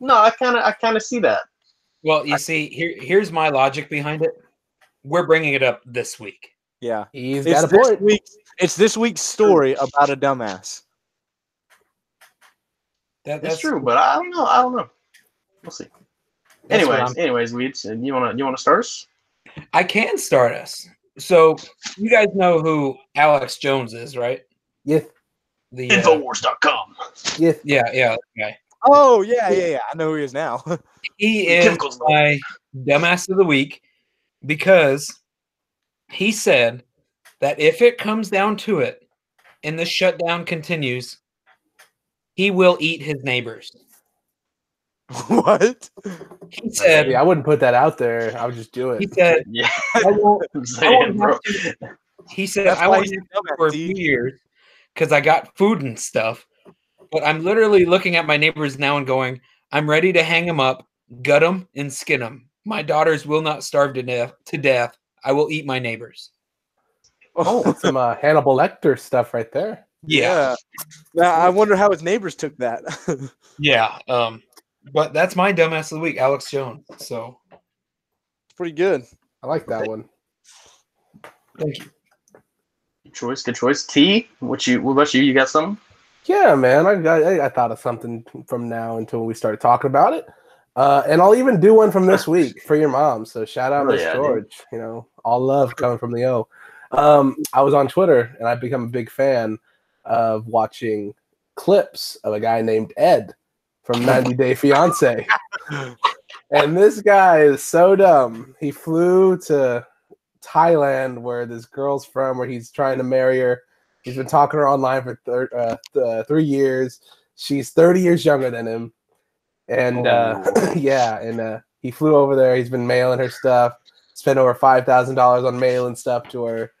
S4: no, I kind of I kind of see that.
S2: Well, you see, here here's my logic behind it. We're bringing it up this week.
S5: Yeah.
S3: He's
S5: It's
S3: got a
S5: this,
S3: point.
S5: week's, it's this week's story about a dumbass.
S2: That,
S4: That's true, but I don't know. I don't know. We'll see.
S2: That's what
S4: Anyways, anyways, weeds. And you wanna you wanna start us?
S2: I can start us. So you guys know who Alex Jones is, right?
S3: Yeah.
S2: The uh,
S4: Infowars.com.
S3: Yeah.
S2: yeah yeah that guy.
S5: Oh yeah, yeah, yeah. I know who he is now.
S2: He is
S4: Chemicals.
S2: my dumbass of the week because he said that if it comes down to it and the shutdown continues, he will eat his neighbors.
S5: what?
S2: He said.
S3: Yeah, I wouldn't put that out there. I would just do
S2: He
S3: it.
S2: said.
S4: Yeah,
S2: I won't
S4: I'm
S2: I
S4: saying,
S2: won't
S4: bro.
S2: have to- he said,
S5: That's
S2: I
S5: why
S2: won't
S5: he's
S2: have
S5: a
S2: to for
S5: dumbass.
S2: a few
S5: dude.
S2: years because I got food and stuff. But I'm literally looking at my neighbors now and going, I'm ready to hang them up, gut them, and skin them. My daughters will not starve to death. To death. I will eat my neighbors.
S3: Oh, that's some uh, Hannibal Lecter stuff right there.
S5: Now, I wonder how his neighbors took that.
S2: Yeah. Um, but that's my dumbass of the week, Alex Jones. So
S5: Pretty good.
S3: I like that one.
S2: thank you.
S4: Good choice, good choice. T, what you what about you? You got something?
S3: Yeah, man. I, I I thought of something from now until we start talking about it. Uh, and I'll even do one from this week for your mom. So shout out
S4: Oh,
S3: Miss
S4: yeah, dude.
S3: George. You know, all love coming from the O. Um, I was on Twitter and I've become a big fan of watching clips of a guy named Ed from 90 Day Fiance. and this guy is so dumb. He flew to Thailand where this girl's from, where he's trying to marry her. He's been talking to her online for thir- uh, th- uh, three years. She's 30 years younger than him. And uh, yeah, and uh, he flew over there. He's been mailing her stuff, spent over $5,000 on mailing stuff to her.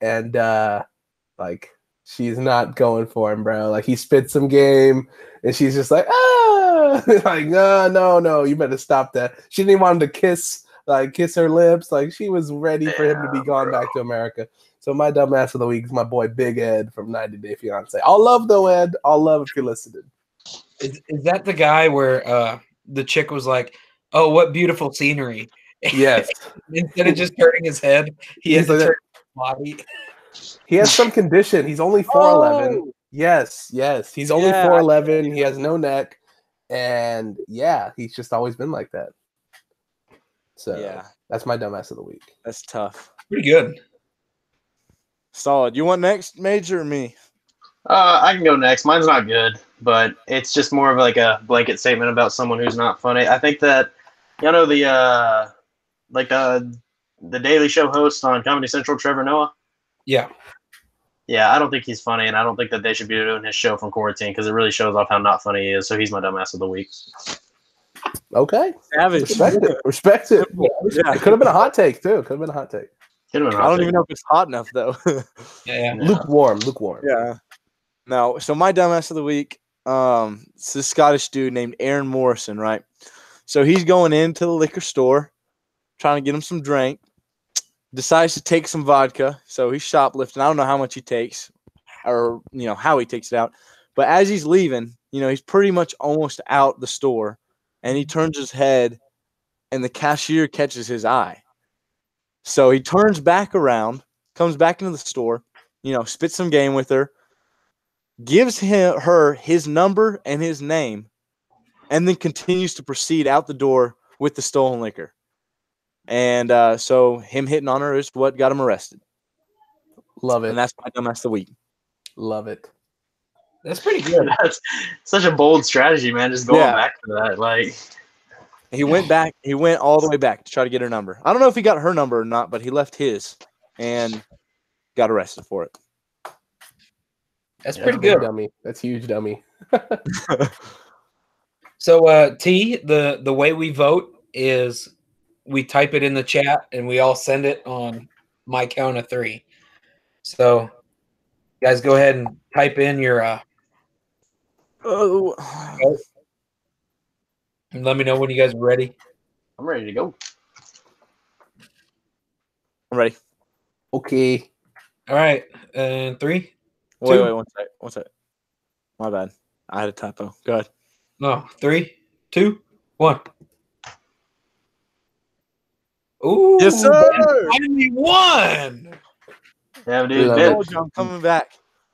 S3: And uh, like, she's not going for him, bro. Like, he spits some game and she's just like, ah, like, no, no, no, you better stop that. She didn't want him to kiss, like, kiss her lips. Like, she was ready for him to be
S4: Yeah,
S3: gone back to America. So my dumbass of the week is my boy Big Ed from 90 Day Fiance. All love though, Ed. All love if you're listening.
S2: Is, is that the guy where uh, the chick was like, "Oh, what beautiful scenery"?
S3: Yes.
S2: Instead of just turning his head, he
S3: He's
S2: has to
S3: like that.
S2: turn his body.
S3: He has some condition. He's only 4'11. Yes, yes. He's only
S5: Oh! Yeah, I-
S3: 4'11. He has no neck. And yeah, he's just always been like that. So
S5: Yeah,
S3: that's my dumbass of the week.
S5: that's tough.
S2: Pretty good.
S5: Solid. You want next, Major or me?
S4: Uh, I can go next. Mine's not good, but it's just more of like a blanket statement about someone who's not funny. I think that you know the uh, like uh, the Daily Show host on Comedy Central, Trevor Noah.
S2: Yeah.
S4: Yeah, I don't think he's funny, and I don't think that they should be doing his show from quarantine because it really shows off how not funny he is. So he's my dumbass of the week.
S3: Okay.
S5: Savage.
S3: Respect it. Respect it.
S5: Yeah.
S3: It could have been a hot take too. Could have been a hot take.
S4: Could have been
S5: I don't even know if it's hot enough though.
S2: Yeah.
S4: Yeah.
S3: Lukewarm, lukewarm.
S5: yeah. No. So my dumbass of the week. Um, it's this Scottish dude named Aaron Morrison, right? So he's going into the liquor store, trying to get him some drink. Decides to take some vodka. So he's shoplifting. I don't know how much he takes, or you know how he takes it out. But as he's leaving, you know he's pretty much almost out the store, and he turns his head, and the cashier catches his eye. So he turns back around, comes back into the store, you know, spits some game with her, gives him her his number and his name, and then continues to proceed out the door with the stolen liquor. And uh, so him hitting on her is what got him arrested,
S3: Love
S5: and
S3: it.
S5: that's my dumbass of the week.
S3: Love it.
S2: That's pretty good.
S4: That's such a bold strategy, man. Just going
S5: Yeah.
S4: back to that, like.
S5: He went back. He went all the way back to try to get her number. I don't know if he got her number or not, but he left his and got arrested for it.
S2: That's
S4: Yeah.
S2: pretty
S3: Big
S2: good.
S3: dummy. That's huge dummy.
S2: So uh T, the the way we vote is we type it in the chat and we all send it on my count of three. So guys go ahead and type in your uh
S5: Oh,
S2: and let me know when you guys are ready.
S4: I'm ready to go.
S5: I'm ready.
S3: Okay.
S2: All right. And three.
S5: Wait,
S2: Two.
S5: wait, one sec. One sec. My bad. I had a typo. Go ahead.
S2: No, three, two, one. Ooh.
S5: Yes, sir.
S2: Finally won.
S4: Yeah, dude.
S3: Love
S4: Vince,
S5: Told you I'm coming back.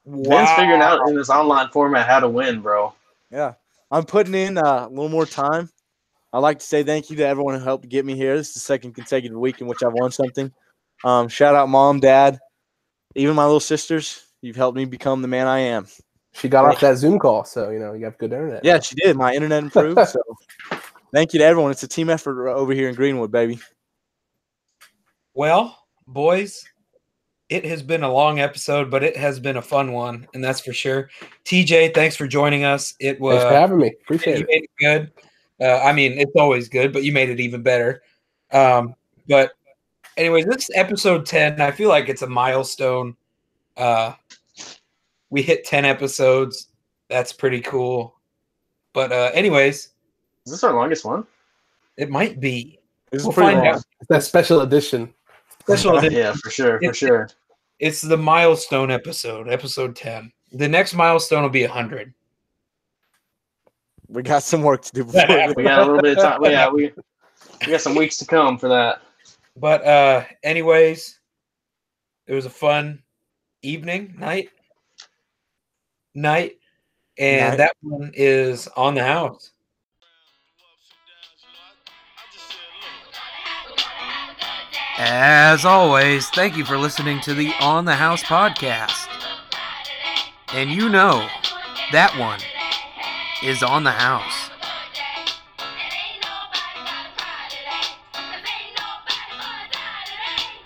S4: Vince figuring out in this online format how to win, bro.
S5: Yeah. I'm putting in uh, a little more time. I'd like to say thank you to everyone who helped get me here. This is the second consecutive week in which I've won something. Um, shout out mom, dad, even my little sisters. You've helped me become the man I am.
S3: She got off that Zoom call, so you know you have good internet.
S5: Yeah, she did. My internet improved. So thank you to everyone. It's a team effort over here in Greenwood, baby.
S2: Well, boys, it has been a long episode, but it has been a fun one, and that's for sure. TJ, thanks for joining us. It was
S3: thanks for having me.
S2: Yeah,
S3: Appreciate
S2: you
S3: it.
S2: made it good. Uh, I mean, it's always good, but you made it even better. Um, but, anyways, this is episode 10. I feel like it's a milestone. Uh, we hit 10 episodes. That's pretty cool. But, uh, anyways,
S4: Is this our longest one?
S2: it might be
S5: This is
S2: We'll
S5: pretty
S2: find
S5: long.
S2: out.
S3: It's that special edition.
S2: special. edition.
S4: Yeah, for sure, for sure.
S2: it's the milestone episode, episode 10. The next milestone will be 100.
S5: We got some work to do before we
S4: We got a little bit of time. Yeah, we we got some weeks to come for that.
S2: But, uh, anyways, it was a fun evening, night, night, and
S5: Night.
S2: that one is on the house.
S1: As always, thank you for listening to the On the House podcast. And you know, that one is on the house.